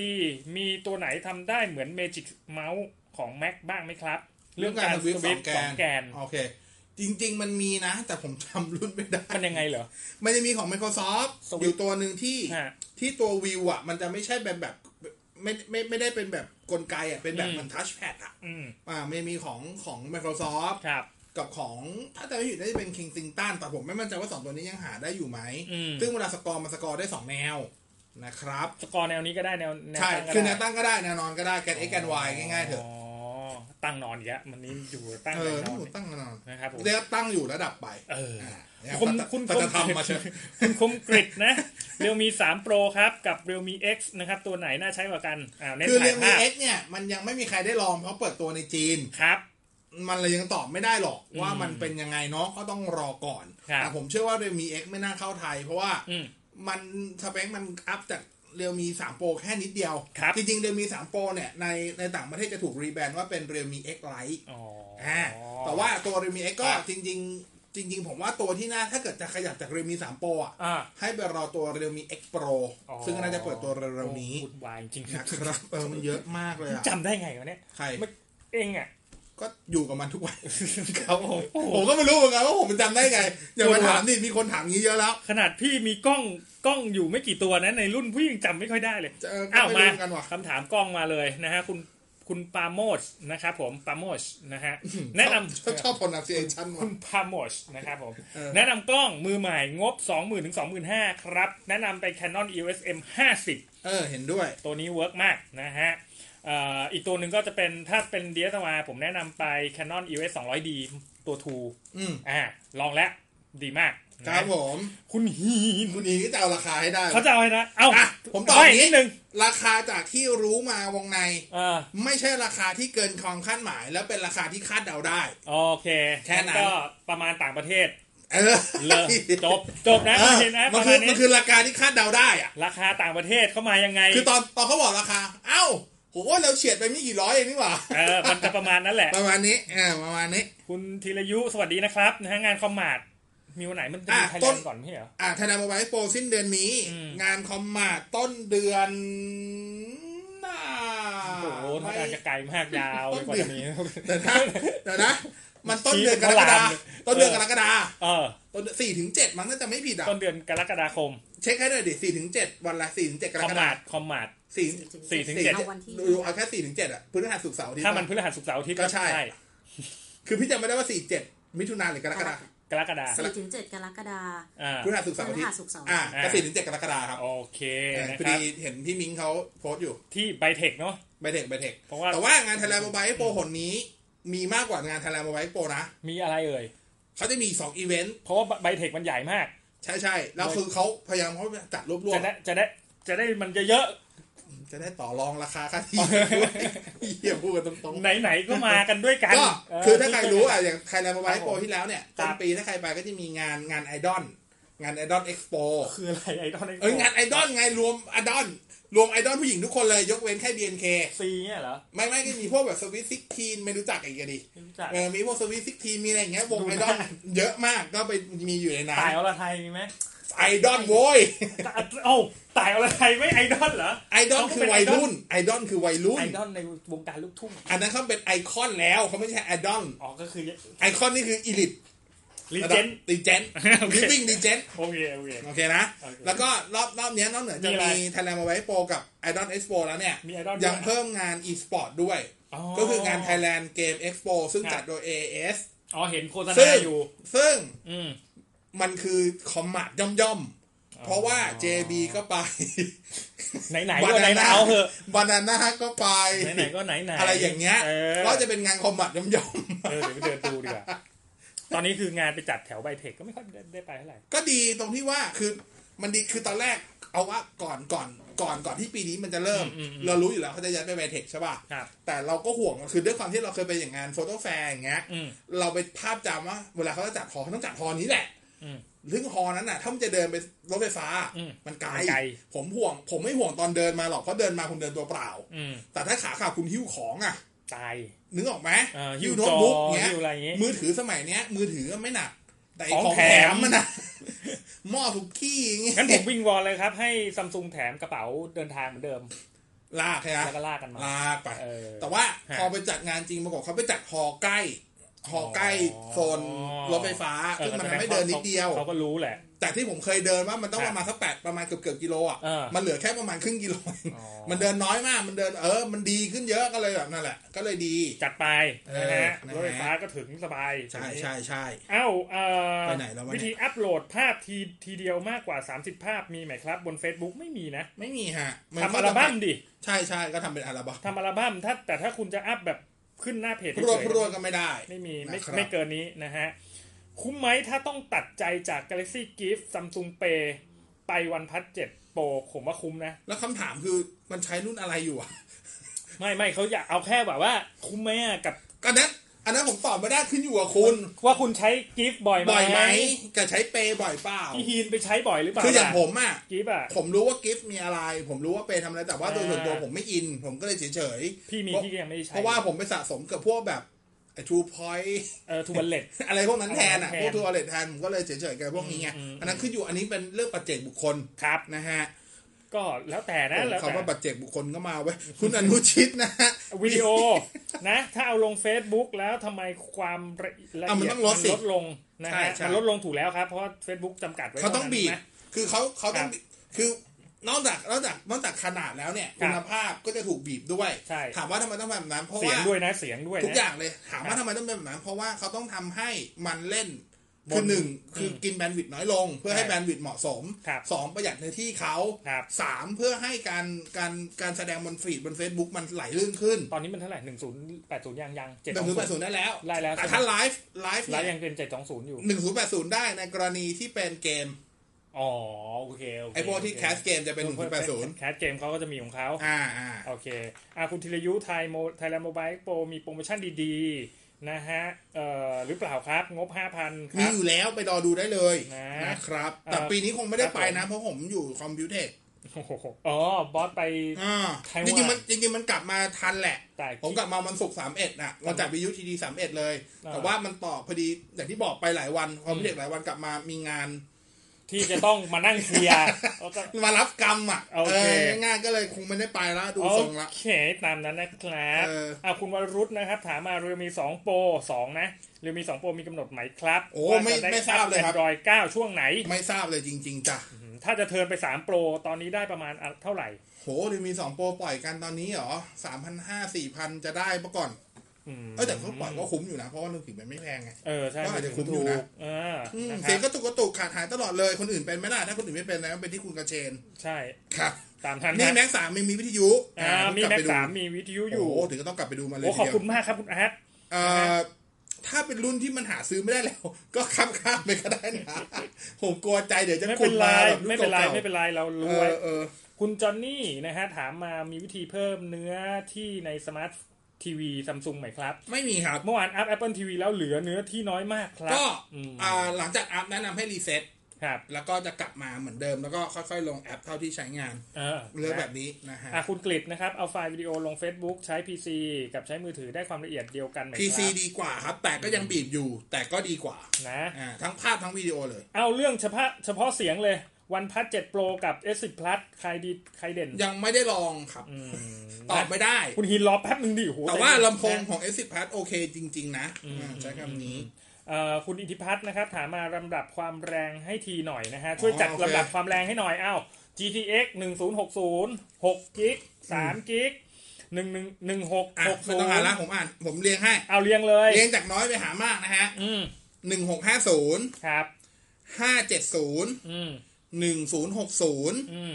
Speaker 4: มีตัวไหนทำได้เหมือน Magic Mouse ของ Mac บ้างไหมครับ เรื่องการส
Speaker 3: วิ
Speaker 4: วิปสองแกน
Speaker 3: โอเค จริง ๆ มันมีนะ แต่ผมจำรุ่นไม่ได้
Speaker 4: มันยังไงเหรอ
Speaker 3: มันจะมีของ Microsoft
Speaker 4: ส
Speaker 3: อ
Speaker 4: วิตช์
Speaker 3: ยู่ตัวหนึ่งที่
Speaker 4: ฮะ
Speaker 3: ที่ตัววิวอ่ะ มันจะไม่ใช่แบบแบบไม่ไม่ไม่ได้เป็นแบบกลไกอ่ะ เป็นแบบ
Speaker 4: อืม
Speaker 3: เหมือนทัชแพดอ่ะ
Speaker 4: อืม
Speaker 3: อ่ามันจะมีของของ Microsoft
Speaker 4: ครับ
Speaker 3: กับของถ้าจะไม่ผิดน่าจะเป็น Kensington แต่ผมไม่มั่นใจว่าสองตัวนี้ยังหาได้อยู่ไหม
Speaker 4: อืม
Speaker 3: ซึ่งเวลาสกอร์มันสกอร์ได้สองแนวนะครับ
Speaker 4: สกอร์แนวนี้ก็ได้แนวแนว
Speaker 3: ใช่
Speaker 4: ตั้งก็
Speaker 3: คือแน
Speaker 4: ได้
Speaker 3: วตั้งก็ได้ แนวนอนก็ได้ แกน x แกน y ง่ายๆเถอะ
Speaker 4: ตั้งนอนอีกแล้วมันนี้อยู่ตั้ง
Speaker 3: เออ
Speaker 4: แต่
Speaker 3: น
Speaker 4: อน
Speaker 3: นี่ตั้งแนวนอน
Speaker 4: นะครับผม
Speaker 3: เรียกตั้งอยู่ระดับไป
Speaker 4: เออ
Speaker 3: เนี่ย
Speaker 4: คุณ
Speaker 3: ก็
Speaker 4: คุณ
Speaker 3: ก็จะ
Speaker 4: คม
Speaker 3: ทำมาเชียว
Speaker 4: คุณคมกริดนะเรียวมี3 Pro ครับ กับเรียวมี X นะครับ ตัวไหนน่าใช้กว่ากันอ่าเน้น
Speaker 3: คือ
Speaker 4: ถ่า
Speaker 3: เรี
Speaker 4: ย
Speaker 3: ยมี
Speaker 4: ภาพ
Speaker 3: x เนี่ย มันยังไม่มีใครได้ลองเพราะเปิดตัวในจีน
Speaker 4: ครับ
Speaker 3: มันเลยยังตอบไม่ได้หรอกว่ามันเป็นยังไงเนาะ ก็ต้องรอก่อน
Speaker 4: ครับ
Speaker 3: แต่ผมเชื่อว่าเรียมี x ไม่น่าเข้าไทย เพราะว่า
Speaker 4: อืม
Speaker 3: มันสเปคมันอัพจากเรียวมี3โปรแค่นิดเดียว
Speaker 4: ครับ
Speaker 3: จริงๆเรียวมี3โปรเนี่ยในในต่างประเทศจะถูกรีแบรนด์ว่าเป็นเรียวมี X Lite
Speaker 4: อ๋ออ
Speaker 3: อ่าแต่ว่าตัวเรียวมี X ก็
Speaker 4: ครับ
Speaker 3: จริง ๆ จริง ๆ ผมว่าตัวที่น่าถ้าเกิดจะขยับจากเรียวมี3โปรอ่ะ
Speaker 4: อ่า
Speaker 3: ให้ไปรอตัวเรียวมี X Pro
Speaker 4: อ๋อ
Speaker 3: ซึ่งน่าจะเปิดตัวเร็วๆนี้
Speaker 4: โอ้โหวุ่นวายจริง
Speaker 3: นะครับเออมันเยอะมากเลยอ่ะ
Speaker 4: จำได้ไงวะเนี่ย
Speaker 3: ใคร
Speaker 4: เมื่อเองอ่ะ
Speaker 3: ก็ ก็อยู่กับมันทุก วัน
Speaker 4: ครับผมโอ้โห
Speaker 3: ผมก็ไม่รู้เหมือนกันว่าผมจำได้ไง อย่ามา
Speaker 4: โอ้โห
Speaker 3: ถามดิมีคนถามอย่างนี้เยอะแล้ว
Speaker 4: ขนาดพี่มีกล้องกล้องอยู่ไม่กี่ตัวนะในรุ่นพี่ยังจำไม่ค่อยได้เลย
Speaker 3: จะเออก็
Speaker 4: อ้าว
Speaker 3: ไม่รู้
Speaker 4: มา
Speaker 3: เหมือนกันว่ะ
Speaker 4: คำถามกล้องมาเลยนะฮะคุณคุณปาโมชนะครับผมปาโมชนะ ฮะแนะน
Speaker 3: ชอบ
Speaker 4: ำ
Speaker 3: ชอบ pronunciation ว่ะ
Speaker 4: คุณปาโมชนะครับผม
Speaker 3: เออ
Speaker 4: แนะนำกล้องมือใหม่งบ 20,000ถึง25,000ครับ แนะนำไป Canon EOS M 50
Speaker 3: เออเห็นด้วย
Speaker 4: ตัวนี้เวิร์กมากนะฮะเอ่ออีกตัวหนึ่งก็จะเป็นถ้าเป็นเดียสมาผมแนะนำไป Canon EOS 200D ตัว2
Speaker 3: อืม
Speaker 4: อ่าลองแล้วดีมากนะครับ
Speaker 3: ผม
Speaker 4: คุณฮีน
Speaker 3: คุณอีกจะเอาราคาให้ได้
Speaker 4: เขาจะเอาไว้นะเอ้า
Speaker 3: อ่ะผมตอบ
Speaker 4: ไม่
Speaker 3: อย่างนี้
Speaker 4: นิดนึง
Speaker 3: ราคาจากที่รู้มาวงใน
Speaker 4: อ่า
Speaker 3: ไม่ใช่ราคาที่เกินความคาดหมาย แล้วเป็นราคาที่คาดเดาได้
Speaker 4: โอเค
Speaker 3: แค่นั้น
Speaker 4: ก็ประมาณต่างประเทศ
Speaker 3: เออ
Speaker 4: เลิกจบ จบนะ
Speaker 3: เอ
Speaker 4: โอ
Speaker 3: อ
Speaker 4: เคนะป
Speaker 3: มัน
Speaker 4: ระ
Speaker 3: คื
Speaker 4: มา
Speaker 3: อ
Speaker 4: ณนี้
Speaker 3: มันคือราคาที่คาดเดาได้อะ
Speaker 4: ราคาต่างประเทศเข้ามายังไง
Speaker 3: คือตอนตอนเขาบอกราคา เอ้าโหเราเฉียดไปไม่กี่ร้อยเองนี่หว่า
Speaker 4: เออมันจะประมาณนั้นแหละ
Speaker 3: ประมาณนี้เออประมาณนี้
Speaker 4: คุณธีรยุสวัสดีนะครับนะฮะงานคอมมาดมีวันไหนมันจะมี
Speaker 3: อ่ะ
Speaker 4: ไทย
Speaker 3: ต้
Speaker 4: แลน
Speaker 3: น
Speaker 4: ด์ก่อนไม่ใช่เหรอ
Speaker 3: อ่าธนาโมบายโปรสิ้นเดือนนี้
Speaker 4: อืม
Speaker 3: งานคอมมาดต้นเดือนหน้า
Speaker 4: โอ้โหทำงานจะ
Speaker 3: ไม่
Speaker 4: ไกลมากยาว
Speaker 3: ต้น
Speaker 4: เลยกว่า
Speaker 3: เดือน
Speaker 4: จะ มี
Speaker 3: เดี๋ยวนะเดี๋ยวนะ มันต้นเดือนก
Speaker 4: ชี้เป็
Speaker 3: ร
Speaker 4: น
Speaker 3: กฎา
Speaker 4: พระราม
Speaker 3: ต้นเดือนกรกฎา
Speaker 4: เออ
Speaker 3: ต้นสี่ถึงเจ็ดมั้งน่าจะไม่ผิดอ่ะ
Speaker 4: ต้นเดือนกรกฎาคม
Speaker 3: เช็คให้หน่อยดิสี่ถึงเจ็ดวันละสี่ถึงเจ็ดกร
Speaker 4: คอก ม
Speaker 3: ฎา
Speaker 4: มา
Speaker 3: ค
Speaker 4: ด
Speaker 3: ม
Speaker 4: คอมมาด
Speaker 3: สี่
Speaker 4: สี่ถึงเจ็ด
Speaker 3: เอา
Speaker 2: วันที่
Speaker 3: ดูเอาแค่สี่ถึงเจ็ดอ่ะพฤหัสศุกร์เสาร์อาที่
Speaker 4: ถ้ามันพฤหัสศุกร์เสาร์อาทิตย์
Speaker 3: ก็ใช่ คือพี่จำไม่ได้ว่าสี่เจ็ดมิถุนายนหรือกรกฎาคม
Speaker 4: กรกฎา
Speaker 3: คม
Speaker 2: สี่ถึงเจ็ดกรกฎา
Speaker 4: อ่า
Speaker 3: พฤหัสศุกร์เสาร์อาทิต
Speaker 2: พฤหั
Speaker 3: ย์
Speaker 2: สศุกร์เสาร์
Speaker 3: อ่าก็สี่ถึงเจ็ดกรกฎาคมครับ
Speaker 4: โอเค
Speaker 3: เออ
Speaker 4: นะ
Speaker 3: พอ
Speaker 4: ครั
Speaker 3: ดี
Speaker 4: บ
Speaker 3: เห็นพี่มิ้งเขาโพสต์อยู่
Speaker 4: ที่ไบเทคเนาะ
Speaker 3: ไบเทคไบเทค
Speaker 4: เพราะว่า
Speaker 3: แต่ว่างานไทยแลนด์โมบายโปรหนนี้ มีมากกว่างานไทยแลนด์โมบายโปรนะ
Speaker 4: มีอะไรเอ่ย
Speaker 3: เขาจะมีสองอีเวนต์
Speaker 4: เพราะว่าไบเทคมันใหญ่มาก
Speaker 3: ใช่ใช่ๆแล้วคือเขาพยายามเขาจัดรวบรวม
Speaker 4: จะได้จะได้จะได้มันเยอะๆ
Speaker 3: จะได้ต่อรองราคาค่าที่ด้วยเฮียพูดกันตรง
Speaker 4: ไหนๆ ก็มากันด้วยกั
Speaker 3: ๆ
Speaker 4: น
Speaker 3: ก็
Speaker 4: เ
Speaker 3: คือถ้าใครรู้อ่ะอย่างไทยแลนด์โมบายโปร
Speaker 4: ครับผม
Speaker 3: ที่แล้วเนี่ย
Speaker 4: ครั
Speaker 3: ต้
Speaker 4: บ
Speaker 3: นปีถ้าใครไปก็จะมีงานงานไอดอลงานไอดอลเอ็กซ์โป
Speaker 4: คืออะไรไอดอล
Speaker 3: เอ้ยงานไอดอลไงรวมไอดอลรวมไอดอลผู้หญิงทุกคนเลยยกเว้นแค่ BNK
Speaker 4: ซีเนี่ยเหรอ
Speaker 3: ไม่ไม่ก็มีพวกแบบสวิตซิกทีนไม่รู้จักอีกอะดิ
Speaker 4: ไม่รู้จัก
Speaker 3: เออมีพวกสวิตซิกทีมีอะไรอย่างเงี้ยวง
Speaker 4: ดู
Speaker 3: ไอ
Speaker 4: นะ
Speaker 3: ดอลเยอะมากก็ไปมีอยู่ในนั้น
Speaker 4: ตายอรไทยมีไหม
Speaker 3: ไอดอลโว้ย
Speaker 4: ตายเอ้าตายอรไทยไม่ไอดอลเหรอ
Speaker 3: ไอดอล
Speaker 4: เขาก็
Speaker 3: คือ
Speaker 4: เป็น
Speaker 3: วัย
Speaker 4: ไอดอล
Speaker 3: รุ่นไอดอลคือวัยรุ่น
Speaker 4: ไอดอลในวงการลูกทุ่ง
Speaker 3: อันนั้นเขาเป็นไอคอนแล้วเขาไม่ใช่ไอดอล
Speaker 4: อ๋อก็คือ
Speaker 3: ไอคอนนี่คืออีลิต
Speaker 4: ลีเจน
Speaker 3: ดี เจน
Speaker 4: โอเค
Speaker 3: ลิฟวิ่งดีเจน
Speaker 4: โอเคโอเค
Speaker 3: โอเคนะ
Speaker 4: โอเค
Speaker 3: แล้วก็รอบรอบเนี้ยนอกเหนือจะ
Speaker 4: มีอะไร
Speaker 3: มีไทยแลนด์มาไว้โปรกับไอดอลเอ็กซ์โปแล้วเนี่ย
Speaker 4: มี Idol
Speaker 3: ยัง
Speaker 4: ด้วย
Speaker 3: เพิ่มงานอีสปอร์ตด้วย
Speaker 4: อ๋อ
Speaker 3: ก็คืองาน Thailand Game Expo ซึ่ง
Speaker 4: ครับ
Speaker 3: จัดโดย AAS
Speaker 4: อ๋อเห็นโฆษณา
Speaker 3: ซึ่ง
Speaker 4: อยู่
Speaker 3: ซึ่ง
Speaker 4: อืม
Speaker 3: มันคือคอมมานด์ย่อมๆ เพราะว่า JB ก็ไป
Speaker 4: ไหนๆก็ไหนๆเอาเถอะ
Speaker 3: บานาน่าก็ไป
Speaker 4: ไหนๆก็ไหนๆ
Speaker 3: อะไรอย่างเงี้ย
Speaker 4: ออ
Speaker 3: ก็จะเป็นงานคอมมานด์ย่อม
Speaker 4: เออเดี๋ยวไปเดินดูดีกว่าตอนนี้คืองานไปจัดแถวไบเทคก็ไม่ค่อยได้ไปเท่าไหร่
Speaker 3: ๆ ก็ดีตรงที่ว่าคือมันดีคือตอนแรกเอาว่าก่อนก่อนก่อนก่อนที่ปีนี้มันจะเริ่ม
Speaker 4: อืมอืม
Speaker 3: เรารู้อยู่แล้วเขาจะย้ายไปไบเทคใช่ป่ะ
Speaker 4: ครับ
Speaker 3: แต่เราก็ห่วงคือด้วยความที่เราเคยไปอย่างงานโฟโต้แฟร์อย่างเงี้ย
Speaker 4: อืม
Speaker 3: เราไปภาพจำว่าเวลาเขาจะจัดฮอเขาต้องจัดฮอนี้แหละ
Speaker 4: อืม
Speaker 3: ถึงฮอนั้นน่ะ ถ้ามันจะเดินไปรถไฟฟ้า
Speaker 4: อืม
Speaker 3: มันไกล
Speaker 4: มันไกล
Speaker 3: ผมห่วง ผมไม่ห่วงตอนเดินมาหรอก เพราะเดินมาคุณเดินตัวเปล่า
Speaker 4: อืม
Speaker 3: แต่ถ้าขาขาดคุณหิ้วของอ่ะ
Speaker 4: ตาย
Speaker 3: นึกออกไหม
Speaker 4: เออ
Speaker 3: หิ้ว
Speaker 4: หิ้ว
Speaker 3: โน้
Speaker 4: จ
Speaker 3: ต
Speaker 4: อ
Speaker 3: บุ๊กเงี้ย
Speaker 4: หิ้วอะไรเงี้ย
Speaker 3: มือถือสมัยเนี้ย มือถือก็ไม่หนัก แต่ไอ้
Speaker 4: ของ
Speaker 3: ของ
Speaker 4: แถ
Speaker 3: แถ
Speaker 4: ม
Speaker 3: มมันนะ หม้อถูกขี้อย่างเงี้ย
Speaker 4: งั้นผมวิงวอนเลยครับ ให้ซัมซุงแถมกระเป๋าเดินทางเหมือนเดิม
Speaker 3: ลากใช่ไหม
Speaker 4: แล้วก็ลากกันมา
Speaker 3: ลากไป
Speaker 4: เออ
Speaker 3: แต่ว่า
Speaker 4: ฮะ
Speaker 3: พอไปจัดงานจริงปรากฏเขาไปจัดฮอใกล้ฮอใกล้
Speaker 4: อ๋อ
Speaker 3: โซนรถไฟฟ้าซึ่งมันไม่เดินนิดเดียว
Speaker 4: เขาก็รู้แหละ
Speaker 3: จากที่ผมเคยเดินว่ามันต้อง
Speaker 4: ค
Speaker 3: ป
Speaker 4: รับ
Speaker 3: ระมาณสักแปดประมาณเกือบเกือบกิโลอ่ะ
Speaker 4: เออ
Speaker 3: มันเหลือแค่ประมาณครึ่งกิโลเอง
Speaker 4: อ๋อ
Speaker 3: มันเดินน้อยมากมันเดินเออ มันดีขึ้นเยอะก็เลยแบบนั่นแหละ ก็เลยดี
Speaker 4: จัดไปนะฮะ
Speaker 3: เออนะฮะ
Speaker 4: รถไฟฟ้าก็ถึงสบาย
Speaker 3: ใช่ใช่ใช่
Speaker 4: เอ้าเอ่อ
Speaker 3: ไปไหนแล้ววะเนี่ย
Speaker 4: วิธีอัปโหลดภาพทีทีเดียวมากกว่า 30 ภาพมีไหมครับ บน Facebook ไม่มีนะ
Speaker 3: ไม่มีฮะน
Speaker 4: ทำ
Speaker 3: ก็
Speaker 4: อัล
Speaker 3: จะ
Speaker 4: บั้มดิ
Speaker 3: ใช่ใช่ก็ทำเป็นอัลบั้ม
Speaker 4: ทำอัลบั้มถ้าแต่ถ้าคุณจะอัพแบบขึ้นหน้าเพจ
Speaker 3: พรวด
Speaker 4: เฉย
Speaker 3: พรวดก็ไม่ได้
Speaker 4: ๆไม่มีไม่
Speaker 3: นะครับ
Speaker 4: ไม่เกินนี้นะฮะ คุ้มไหมถ้าต้องตัดใจจาก Galaxy Gift Samsung Pay ไปวันพัทเจ็ดโปรผมว่าคุ้มนะ
Speaker 3: แล้วคำถามคือมันใช้รุ่นอะไรอยู่อ่ะ
Speaker 4: ไม่ไม่เขาอยากเอาแค่แบบว่าคุ้มไหมอะกับ
Speaker 3: อันนั้นอันนั้นผมตอบไม่ได้ขึ้นอยู่กับคุณ
Speaker 4: ว่าคุณใช้กิฟต์บ่อยไหม
Speaker 3: บ่อยไหมกับใช้เปย์บ่อยเปล่า
Speaker 4: พี่ฮีนไปใช้บ่อยหรือเปล่า
Speaker 3: คืออย่างผมอ่ะ
Speaker 4: กิฟต์อ่ะ
Speaker 3: ผมรู้ว่ากิฟต์มีอะไร ผมรู้ว่าเปย์ทำอะไรแต่ว่าโดยส่วนตัว
Speaker 4: อ่า
Speaker 3: ผมไม่อิน ผมก็เลยเฉยเฉยๆ
Speaker 4: พี่มีพี่ก็ยังไม่ได้ใช้
Speaker 3: เพราะว่าผมไปสะสมกับพวกแบบไอ้ทูพอย
Speaker 4: เออทูบัลเลต
Speaker 3: อะไรพวกนั้นแทนอ่ะ
Speaker 4: แทน
Speaker 3: พวกทูอเลตแทนผมก็เลยเฉยๆกับพวกนี้ไง
Speaker 4: อืมอืม
Speaker 3: อันนั้นขึ้นอยู่อันนี้เป็นเรื่องปัจเจกบุคคล
Speaker 4: ครับ
Speaker 3: นะฮะ
Speaker 4: ก็แล้วแต่นะแล้วแต่
Speaker 3: คำว่าบัตรเจ็บบุคคลก็มาไว้ย คุณอนุชิตนะฮะ
Speaker 4: วิดีโอนะ ถ้าเอาลง Facebook แล้วทำไมความละละ
Speaker 3: อ่ะมัน
Speaker 4: เอียด
Speaker 3: ต้องลดสิ
Speaker 4: ลดลงนะ
Speaker 3: ใช่
Speaker 4: ฮะ
Speaker 3: ใช่
Speaker 4: มันลดลงถูกแล้วครับ เพราะว่า Facebook จำกัดไว้
Speaker 3: เขาต้อง
Speaker 4: ท่นั้น
Speaker 3: บีบ
Speaker 4: นะ
Speaker 3: คือเขาเขาต้อง
Speaker 4: ครับ
Speaker 3: บีบคือนอกจากนอกจากนอกจากขนาดแล้วเนี่ย
Speaker 4: ครับ
Speaker 3: คุณภาพก็จะถูกบีบด้วย
Speaker 4: ใช่
Speaker 3: ถามว่าทำไมต้องทำแบบนั้น เพราะ
Speaker 4: เสีย
Speaker 3: ว่าง
Speaker 4: ด้วยนะเสียงด้วยนะ
Speaker 3: ทุกอย่างเลย ถามว่า
Speaker 4: ครับ
Speaker 3: ทำไมต้องเป็นแบบนั้น เพราะว่าเขาต้องทำให้มันเล่น
Speaker 4: บน
Speaker 3: คือหนึ่งคืออ
Speaker 4: ม
Speaker 3: กินแบนด์วิดต์น้อยลง เพื่อ
Speaker 4: ใช่
Speaker 3: ให้แบนด์วิดต์เหมาะสม
Speaker 4: ครับ
Speaker 3: สองประหยัดเนื้อที่เขา
Speaker 4: ครับ
Speaker 3: สามเพื่อให้การการการแสดงบนฟีดบน Facebook มันไหลลื่นขึ้น
Speaker 4: ตอนนี้มันเท่าไหร่หนึ่งศูนย์แปดศูนย์ยังยังเจ็ด
Speaker 3: หนึ่งศูนย์แปดศูนย์ได้แล้ว
Speaker 4: ไล่แล้ว
Speaker 3: แต่
Speaker 4: ใช่
Speaker 3: ถ้า
Speaker 4: ไหม
Speaker 3: ไลฟ์ไลฟ์
Speaker 4: ไล่
Speaker 3: เนี่ย
Speaker 4: ยังเป็นเจ็ดสองศูนย์อยู่
Speaker 3: หนึ่งศูนย์แปดศูนย์ได้ในกรณีที่เป็นเกม
Speaker 4: อ๋อโอเคโอเค
Speaker 3: ไอพวกที่แคสเกมจะเป็นหนึ่งศูนย์แปดศูนย์
Speaker 4: แคสเกมเขาก็จะมีของเขา
Speaker 3: อ่าอ่า
Speaker 4: โอเคอ่ะคุณธีรยุไทยโมไทยแลนด์โมบายโปรมีโปรโมชั่นดีๆ นะฮะ เอ่อ หรือเปล่าครับ งบ 5,000 ค
Speaker 3: มี
Speaker 4: รับ
Speaker 3: อยู่แล้วไปรอดูได้เลย
Speaker 4: นะ
Speaker 3: นะครับ
Speaker 4: เอ่อ
Speaker 3: แต่ปีนี้คงไม่ได้ไป
Speaker 4: ครั
Speaker 3: นะ
Speaker 4: บผม
Speaker 3: เพราะผมอยู่คอมพิวเตอร์
Speaker 4: โอ้โหอ๋อบอสไป
Speaker 3: อ่า
Speaker 4: ไทยวัน
Speaker 3: จริงๆมันจริงๆมันกลับมาทันแหละ
Speaker 4: แต่
Speaker 3: ผมกลับมามันศุกร์สามเอ็ดน่ะเราจัดวิทยุทีดีสามเอ็ดเลย
Speaker 4: อ่า
Speaker 3: แต่ว่ามันต่อพอดีอย่างที่บอกไปหลายวันคอมพิวเตอร์หลายวันกลับมามีงาน
Speaker 4: ที่จะต้องมานั่งเคลียร์ แล้วก็
Speaker 3: มารับกรรมอ่ะ
Speaker 4: โอเค
Speaker 3: ง่ายๆก็เลยคงไม่ได้ไปแล้วดู
Speaker 4: โอ
Speaker 3: ทรงละ
Speaker 4: เค ตามนั้นนะครับ
Speaker 3: เออ
Speaker 4: อ่ะคุณวรุษนะครับ ถามมาเรือมี 2 โปร 2 นะเรือมี 2 โปรมีกำหนดไหมครับ
Speaker 3: โอ้ไม่ไม่ทราบเลยครับ
Speaker 4: รอย9ช่วงไหน
Speaker 3: ไม่ทราบเลยจริง ๆจ้ะ
Speaker 4: ถ้าจะเทิร์นไป 3 โปร ตอนนี้ได้ประมาณอ่ะเท่าไหร่
Speaker 3: โหหรือมีสองโปรปล่อยกันตอนนี้เหรอสามพันห้าสี่พันจะได้ปะก่อน
Speaker 4: อืม
Speaker 3: เอยแต่เขาปล่อยก็คุ้มอยู่นะเพราะว่าหนึ่งถึงมันไม่แพงไง
Speaker 4: เออ ใช่
Speaker 3: ก็อาจจะคุ้มอยู่นะ
Speaker 4: เออ
Speaker 3: อืม
Speaker 4: นะค
Speaker 3: เสียงก
Speaker 4: รั
Speaker 3: ระ
Speaker 4: บ
Speaker 3: ตุกกระตุกขาดหายตลอดเลยคนอื่นเป็นไม่ได้ถ้าคนอื่นไม่เป็นนะเป็นที่คุณกระเชน
Speaker 4: ใช่
Speaker 3: ครับ
Speaker 4: ตามทัน
Speaker 3: นี่
Speaker 4: นะ
Speaker 3: แม็กสามมีมีวิทยุ
Speaker 4: อ่ามี
Speaker 3: ต้อง
Speaker 4: แม็
Speaker 3: ลับไป
Speaker 4: ก
Speaker 3: ดู
Speaker 4: สามมีวิทยุอยู่
Speaker 3: โอ้โหถึงก็ต้องกลับไปดูมาเลย
Speaker 4: โอ้ข
Speaker 3: ที
Speaker 4: อบ
Speaker 3: เดียว
Speaker 4: คุณมากครับคุณอาร์ต
Speaker 3: เอ่อถ้าเป็นรุ่นที่มันหาซื้อไม่ได้แล้ว ก็ข้ามข้ามๆไปก็ได้นะ ผมกลัวใจเดี๋ยวจะ
Speaker 4: ไม่
Speaker 3: ขุ
Speaker 4: เป็
Speaker 3: ด
Speaker 4: นไร
Speaker 3: มาแบบ
Speaker 4: ไม่เป็นไร
Speaker 3: ก่าๆ
Speaker 4: ไม่เป็นไรเรา
Speaker 3: เอ
Speaker 4: รู้ไว้
Speaker 3: อเออ
Speaker 4: คุณจอนนี่นะฮะถามมามีวิธีเพิ่มเนื้อที่ในสมาร์ททีวีซัมซุงไหมครับ
Speaker 3: ไม่มีครับ
Speaker 4: เมื่อวานอัพ Apple TV แล้วเหลือเนื้อที่น้อยมากครับ
Speaker 3: ก็
Speaker 4: อืม
Speaker 3: อ่าหลังจากอัพแนะนำให้รีเซ็ต
Speaker 4: ครับ
Speaker 3: แล้วก็จะกลับมาเหมือนเดิมแล้วก็ค่อยๆ ลงแอปเท่าที่ใช้งาน
Speaker 4: เออ
Speaker 3: เลือก
Speaker 4: นะ
Speaker 3: แบบนี้นะฮะ
Speaker 4: อ่ะคุณกลิดนะครับ เอาไฟล์วิดีโอลง Facebook ใช้ PC กับใช้มือถือได้ความละเอียดเดียวกันไหมครั
Speaker 3: PC ดีกว่าครับ แต่ก็ยังบีบอยู่ แต่ก็ดีกว่า
Speaker 4: นะ
Speaker 3: อ่าทั้งภาพทั้งวิดีโอเลย
Speaker 4: เอาเรื่องเฉพาะเฉพาะเสียงเลยวันพัท7 Pro กับ S10 Plus ใครดีใครเด่น
Speaker 3: ยังไม่ได้ลองครับ
Speaker 4: อืม
Speaker 3: ตอบไม่ได้
Speaker 4: คุณฮินรอแป๊บหนึ่งดิโห
Speaker 3: แต่ว่า
Speaker 4: ใจเย็น
Speaker 3: ลำโพง
Speaker 4: นะ
Speaker 3: ของ S10 Plus โอเคจริง ๆ นะอ่าใช้คำนี้
Speaker 4: เอ่อคุณอิทธิพัฒน์นะครับ ถามมาลำดับความแรงให้ทีหน่อยนะฮะ ช่วยจัด
Speaker 3: โอเค
Speaker 4: ลำดับความแรงให้หน่อย เอ้า GTX 1060 6กิก3กิก1 1 1 6
Speaker 3: อ่ะไม่ต้องอ่านละ
Speaker 4: 60
Speaker 3: ผมอ่านผมเรียงให้
Speaker 4: เอาเรียงเลย
Speaker 3: เรียงจากน้อยไปหามากนะฮะ
Speaker 4: อืม
Speaker 3: หนึ่งหกห้าศูนย์
Speaker 4: ครับ
Speaker 3: ห้าเจ็ดศูนย์
Speaker 4: อืม
Speaker 3: หนึ่งศูนย์หกศูนย์
Speaker 4: อืม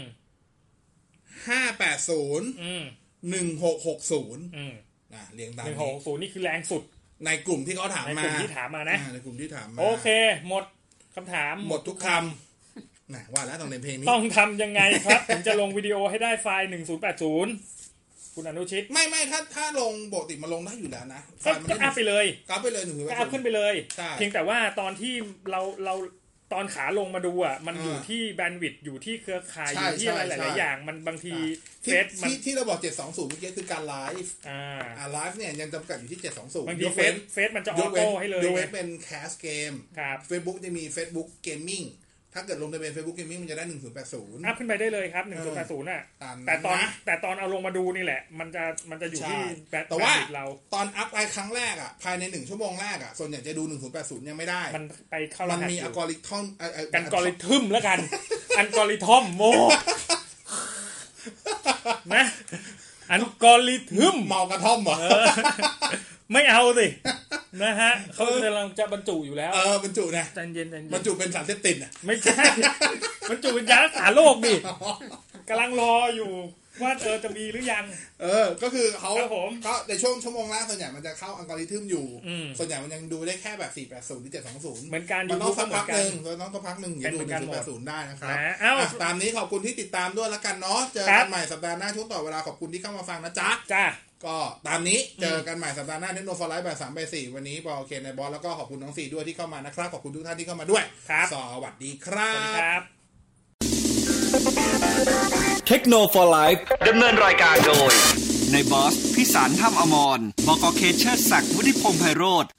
Speaker 3: ห้าแปดศูนย์
Speaker 4: อืม
Speaker 3: หนึ่งหกหกศูนย์
Speaker 4: อืม
Speaker 3: นะเรียงตาม
Speaker 4: หนึ่งหก
Speaker 3: นี้
Speaker 4: ศูนย์นี่คือแรงสุด
Speaker 3: ในกลุ่มที่เขาถาม
Speaker 4: ใน
Speaker 3: มาก
Speaker 4: ลุ่มที่ถามมานะ
Speaker 3: อ่ในกลุ่มที่ถามมา
Speaker 4: โอเค หมดคำถาม
Speaker 3: หมดทุกคำนะว่าแล้วต้องเรียนเพลงนี้
Speaker 4: ต้องทำยังไงครับ ถึงจะลงวิดีโอให้ได้ไฟล์ 1080 คุณอนุชิต
Speaker 3: ไม่ไม่ถ้าถ้าลงปกติมันลงได้อยู่แล้วนะไฟ
Speaker 4: ก็
Speaker 3: ล์มัน
Speaker 4: ก็
Speaker 3: ไม่
Speaker 4: อัพไปเลย
Speaker 3: กราฟไปเลยหนึ่งถึง
Speaker 4: ก็
Speaker 3: แปด
Speaker 4: อัพ
Speaker 3: ศู
Speaker 4: ขึ้
Speaker 3: น
Speaker 4: น
Speaker 3: ย์
Speaker 4: ไปเลย
Speaker 3: ใช่
Speaker 4: เพียงแต่ว่าตอนที่เราเราตอนขาลงมาดูอ่ะมัน
Speaker 3: อ่า
Speaker 4: อยู่ที่แบนด์วิดต์อยู่ที่เครือข่าย
Speaker 3: ใช่
Speaker 4: อยู่ที่อะไรห
Speaker 3: ใช่
Speaker 4: ลาย
Speaker 3: ใช่
Speaker 4: ๆ อย่าง มันบางทีเฟ
Speaker 3: ที่
Speaker 4: ซมัน
Speaker 3: ที่ที่เราบอก 720 เมื่อกี้คือการไลฟ์
Speaker 4: อ่า
Speaker 3: อ่าไลฟ์เนี่ยยังจำกัดอยู่ที่ 720
Speaker 4: บางทีเฟซเฟซมันจะอย อก
Speaker 3: เว้น
Speaker 4: โต้ให้เลย
Speaker 3: ยกเว้น
Speaker 4: ไง
Speaker 3: เป็นแคสเกม
Speaker 4: ครับ
Speaker 3: Facebook จะมี Facebook Gaming ถ้าเกิดลงทะเบียน Facebook Gaming มันจะได้ 1080
Speaker 4: อัพขึ้นไปได้เลยครับหนึ่งจุดแปดศูนย์อ่ะ
Speaker 3: ตามนั้น
Speaker 4: แต่ตอน
Speaker 3: นะ
Speaker 4: แต่ตอนเอาลงมาดูนี่แหละ มันจะมันจะอยู่
Speaker 3: ใช่
Speaker 4: ที่แบนด์
Speaker 3: แต่ว่า
Speaker 4: วิดต์เรา
Speaker 3: ตอนอัพไปครั้งแรกอ่ะภายใน 1 ชั่วโมงแรกอ่ะส่วนใหญ่จะดู 1080 ยังไม่ได้
Speaker 4: มันไปเข้า
Speaker 3: มั
Speaker 4: ร
Speaker 3: น
Speaker 4: หัส
Speaker 3: มี
Speaker 4: อ
Speaker 3: อัลก
Speaker 4: ยู่
Speaker 3: อริทึมเอ่อเอ่อ
Speaker 4: กันกอริทึมแล้วกัน อันกอริทอมโม นะอันกอริทึม
Speaker 3: เมากระท่อมเหรอ
Speaker 4: เออไม่เอาสิ นะฮะเขากำลังจะบรรจุอยู่แล้ว
Speaker 3: เออบรรจุนะ
Speaker 4: ใจเย็นใจเย็
Speaker 3: บรร
Speaker 4: น
Speaker 3: จุเป็นสารเสพติดนะ
Speaker 4: ไม่ใช่บรรจุเป็นยารักษาโรคดิกำลังรออยู่ว่าเออจะมีหรือยัง
Speaker 3: เออ ก็คือเขา
Speaker 4: ครับผม
Speaker 3: ก็ในช่วงชั่วโมงแรกส่วนใหญ่มันจะเข้าอัลกอริทึมอยู่
Speaker 4: อืม
Speaker 3: ส่วนใหญ่มันยังดูได้แค่แบบ 480 หรือ 720
Speaker 4: เหมือนกัน
Speaker 3: มันต้องสักพักหนึ่ง
Speaker 4: YouTube
Speaker 3: มันต้องสักพักหนึ่งอ
Speaker 4: เป็
Speaker 3: ย่านดู
Speaker 4: เหมือนกันหมด
Speaker 3: 1080 ได้นะครับ
Speaker 4: นะเอ้า
Speaker 3: อ่ะตามนี้ขอบคุณที่ติดตามด้วยละกันเนาะ เจอ
Speaker 4: ครั
Speaker 3: กับ นใหม่สัปดาห์หน้าช่วงต่อเวลาขอบคุณที่เข้ามาฟังนะจ๊ะ
Speaker 4: จ้า
Speaker 3: ก็ตามนี้เจอกันใหม่สัปดาห์หน้าเนโนฟอร์ไลท์บ่ายสามบ่ายสี่วันนี้บอลเคนในบอสแล้วก็ขอบคุณน้องสี่ด้วยที่เข้ามานะครับ ขอบคุณทุกท่านที่เข้ามาด้วย
Speaker 4: ครับ
Speaker 3: สวัสดีครับ
Speaker 4: ครับ
Speaker 1: เทคโนโลยี
Speaker 2: ดำเนินรายการโดย
Speaker 1: ในบอสพิสารถ้ำอมรบอกอเคเชอร์ศักดิ์วุฒิพงษ์ไพโรธ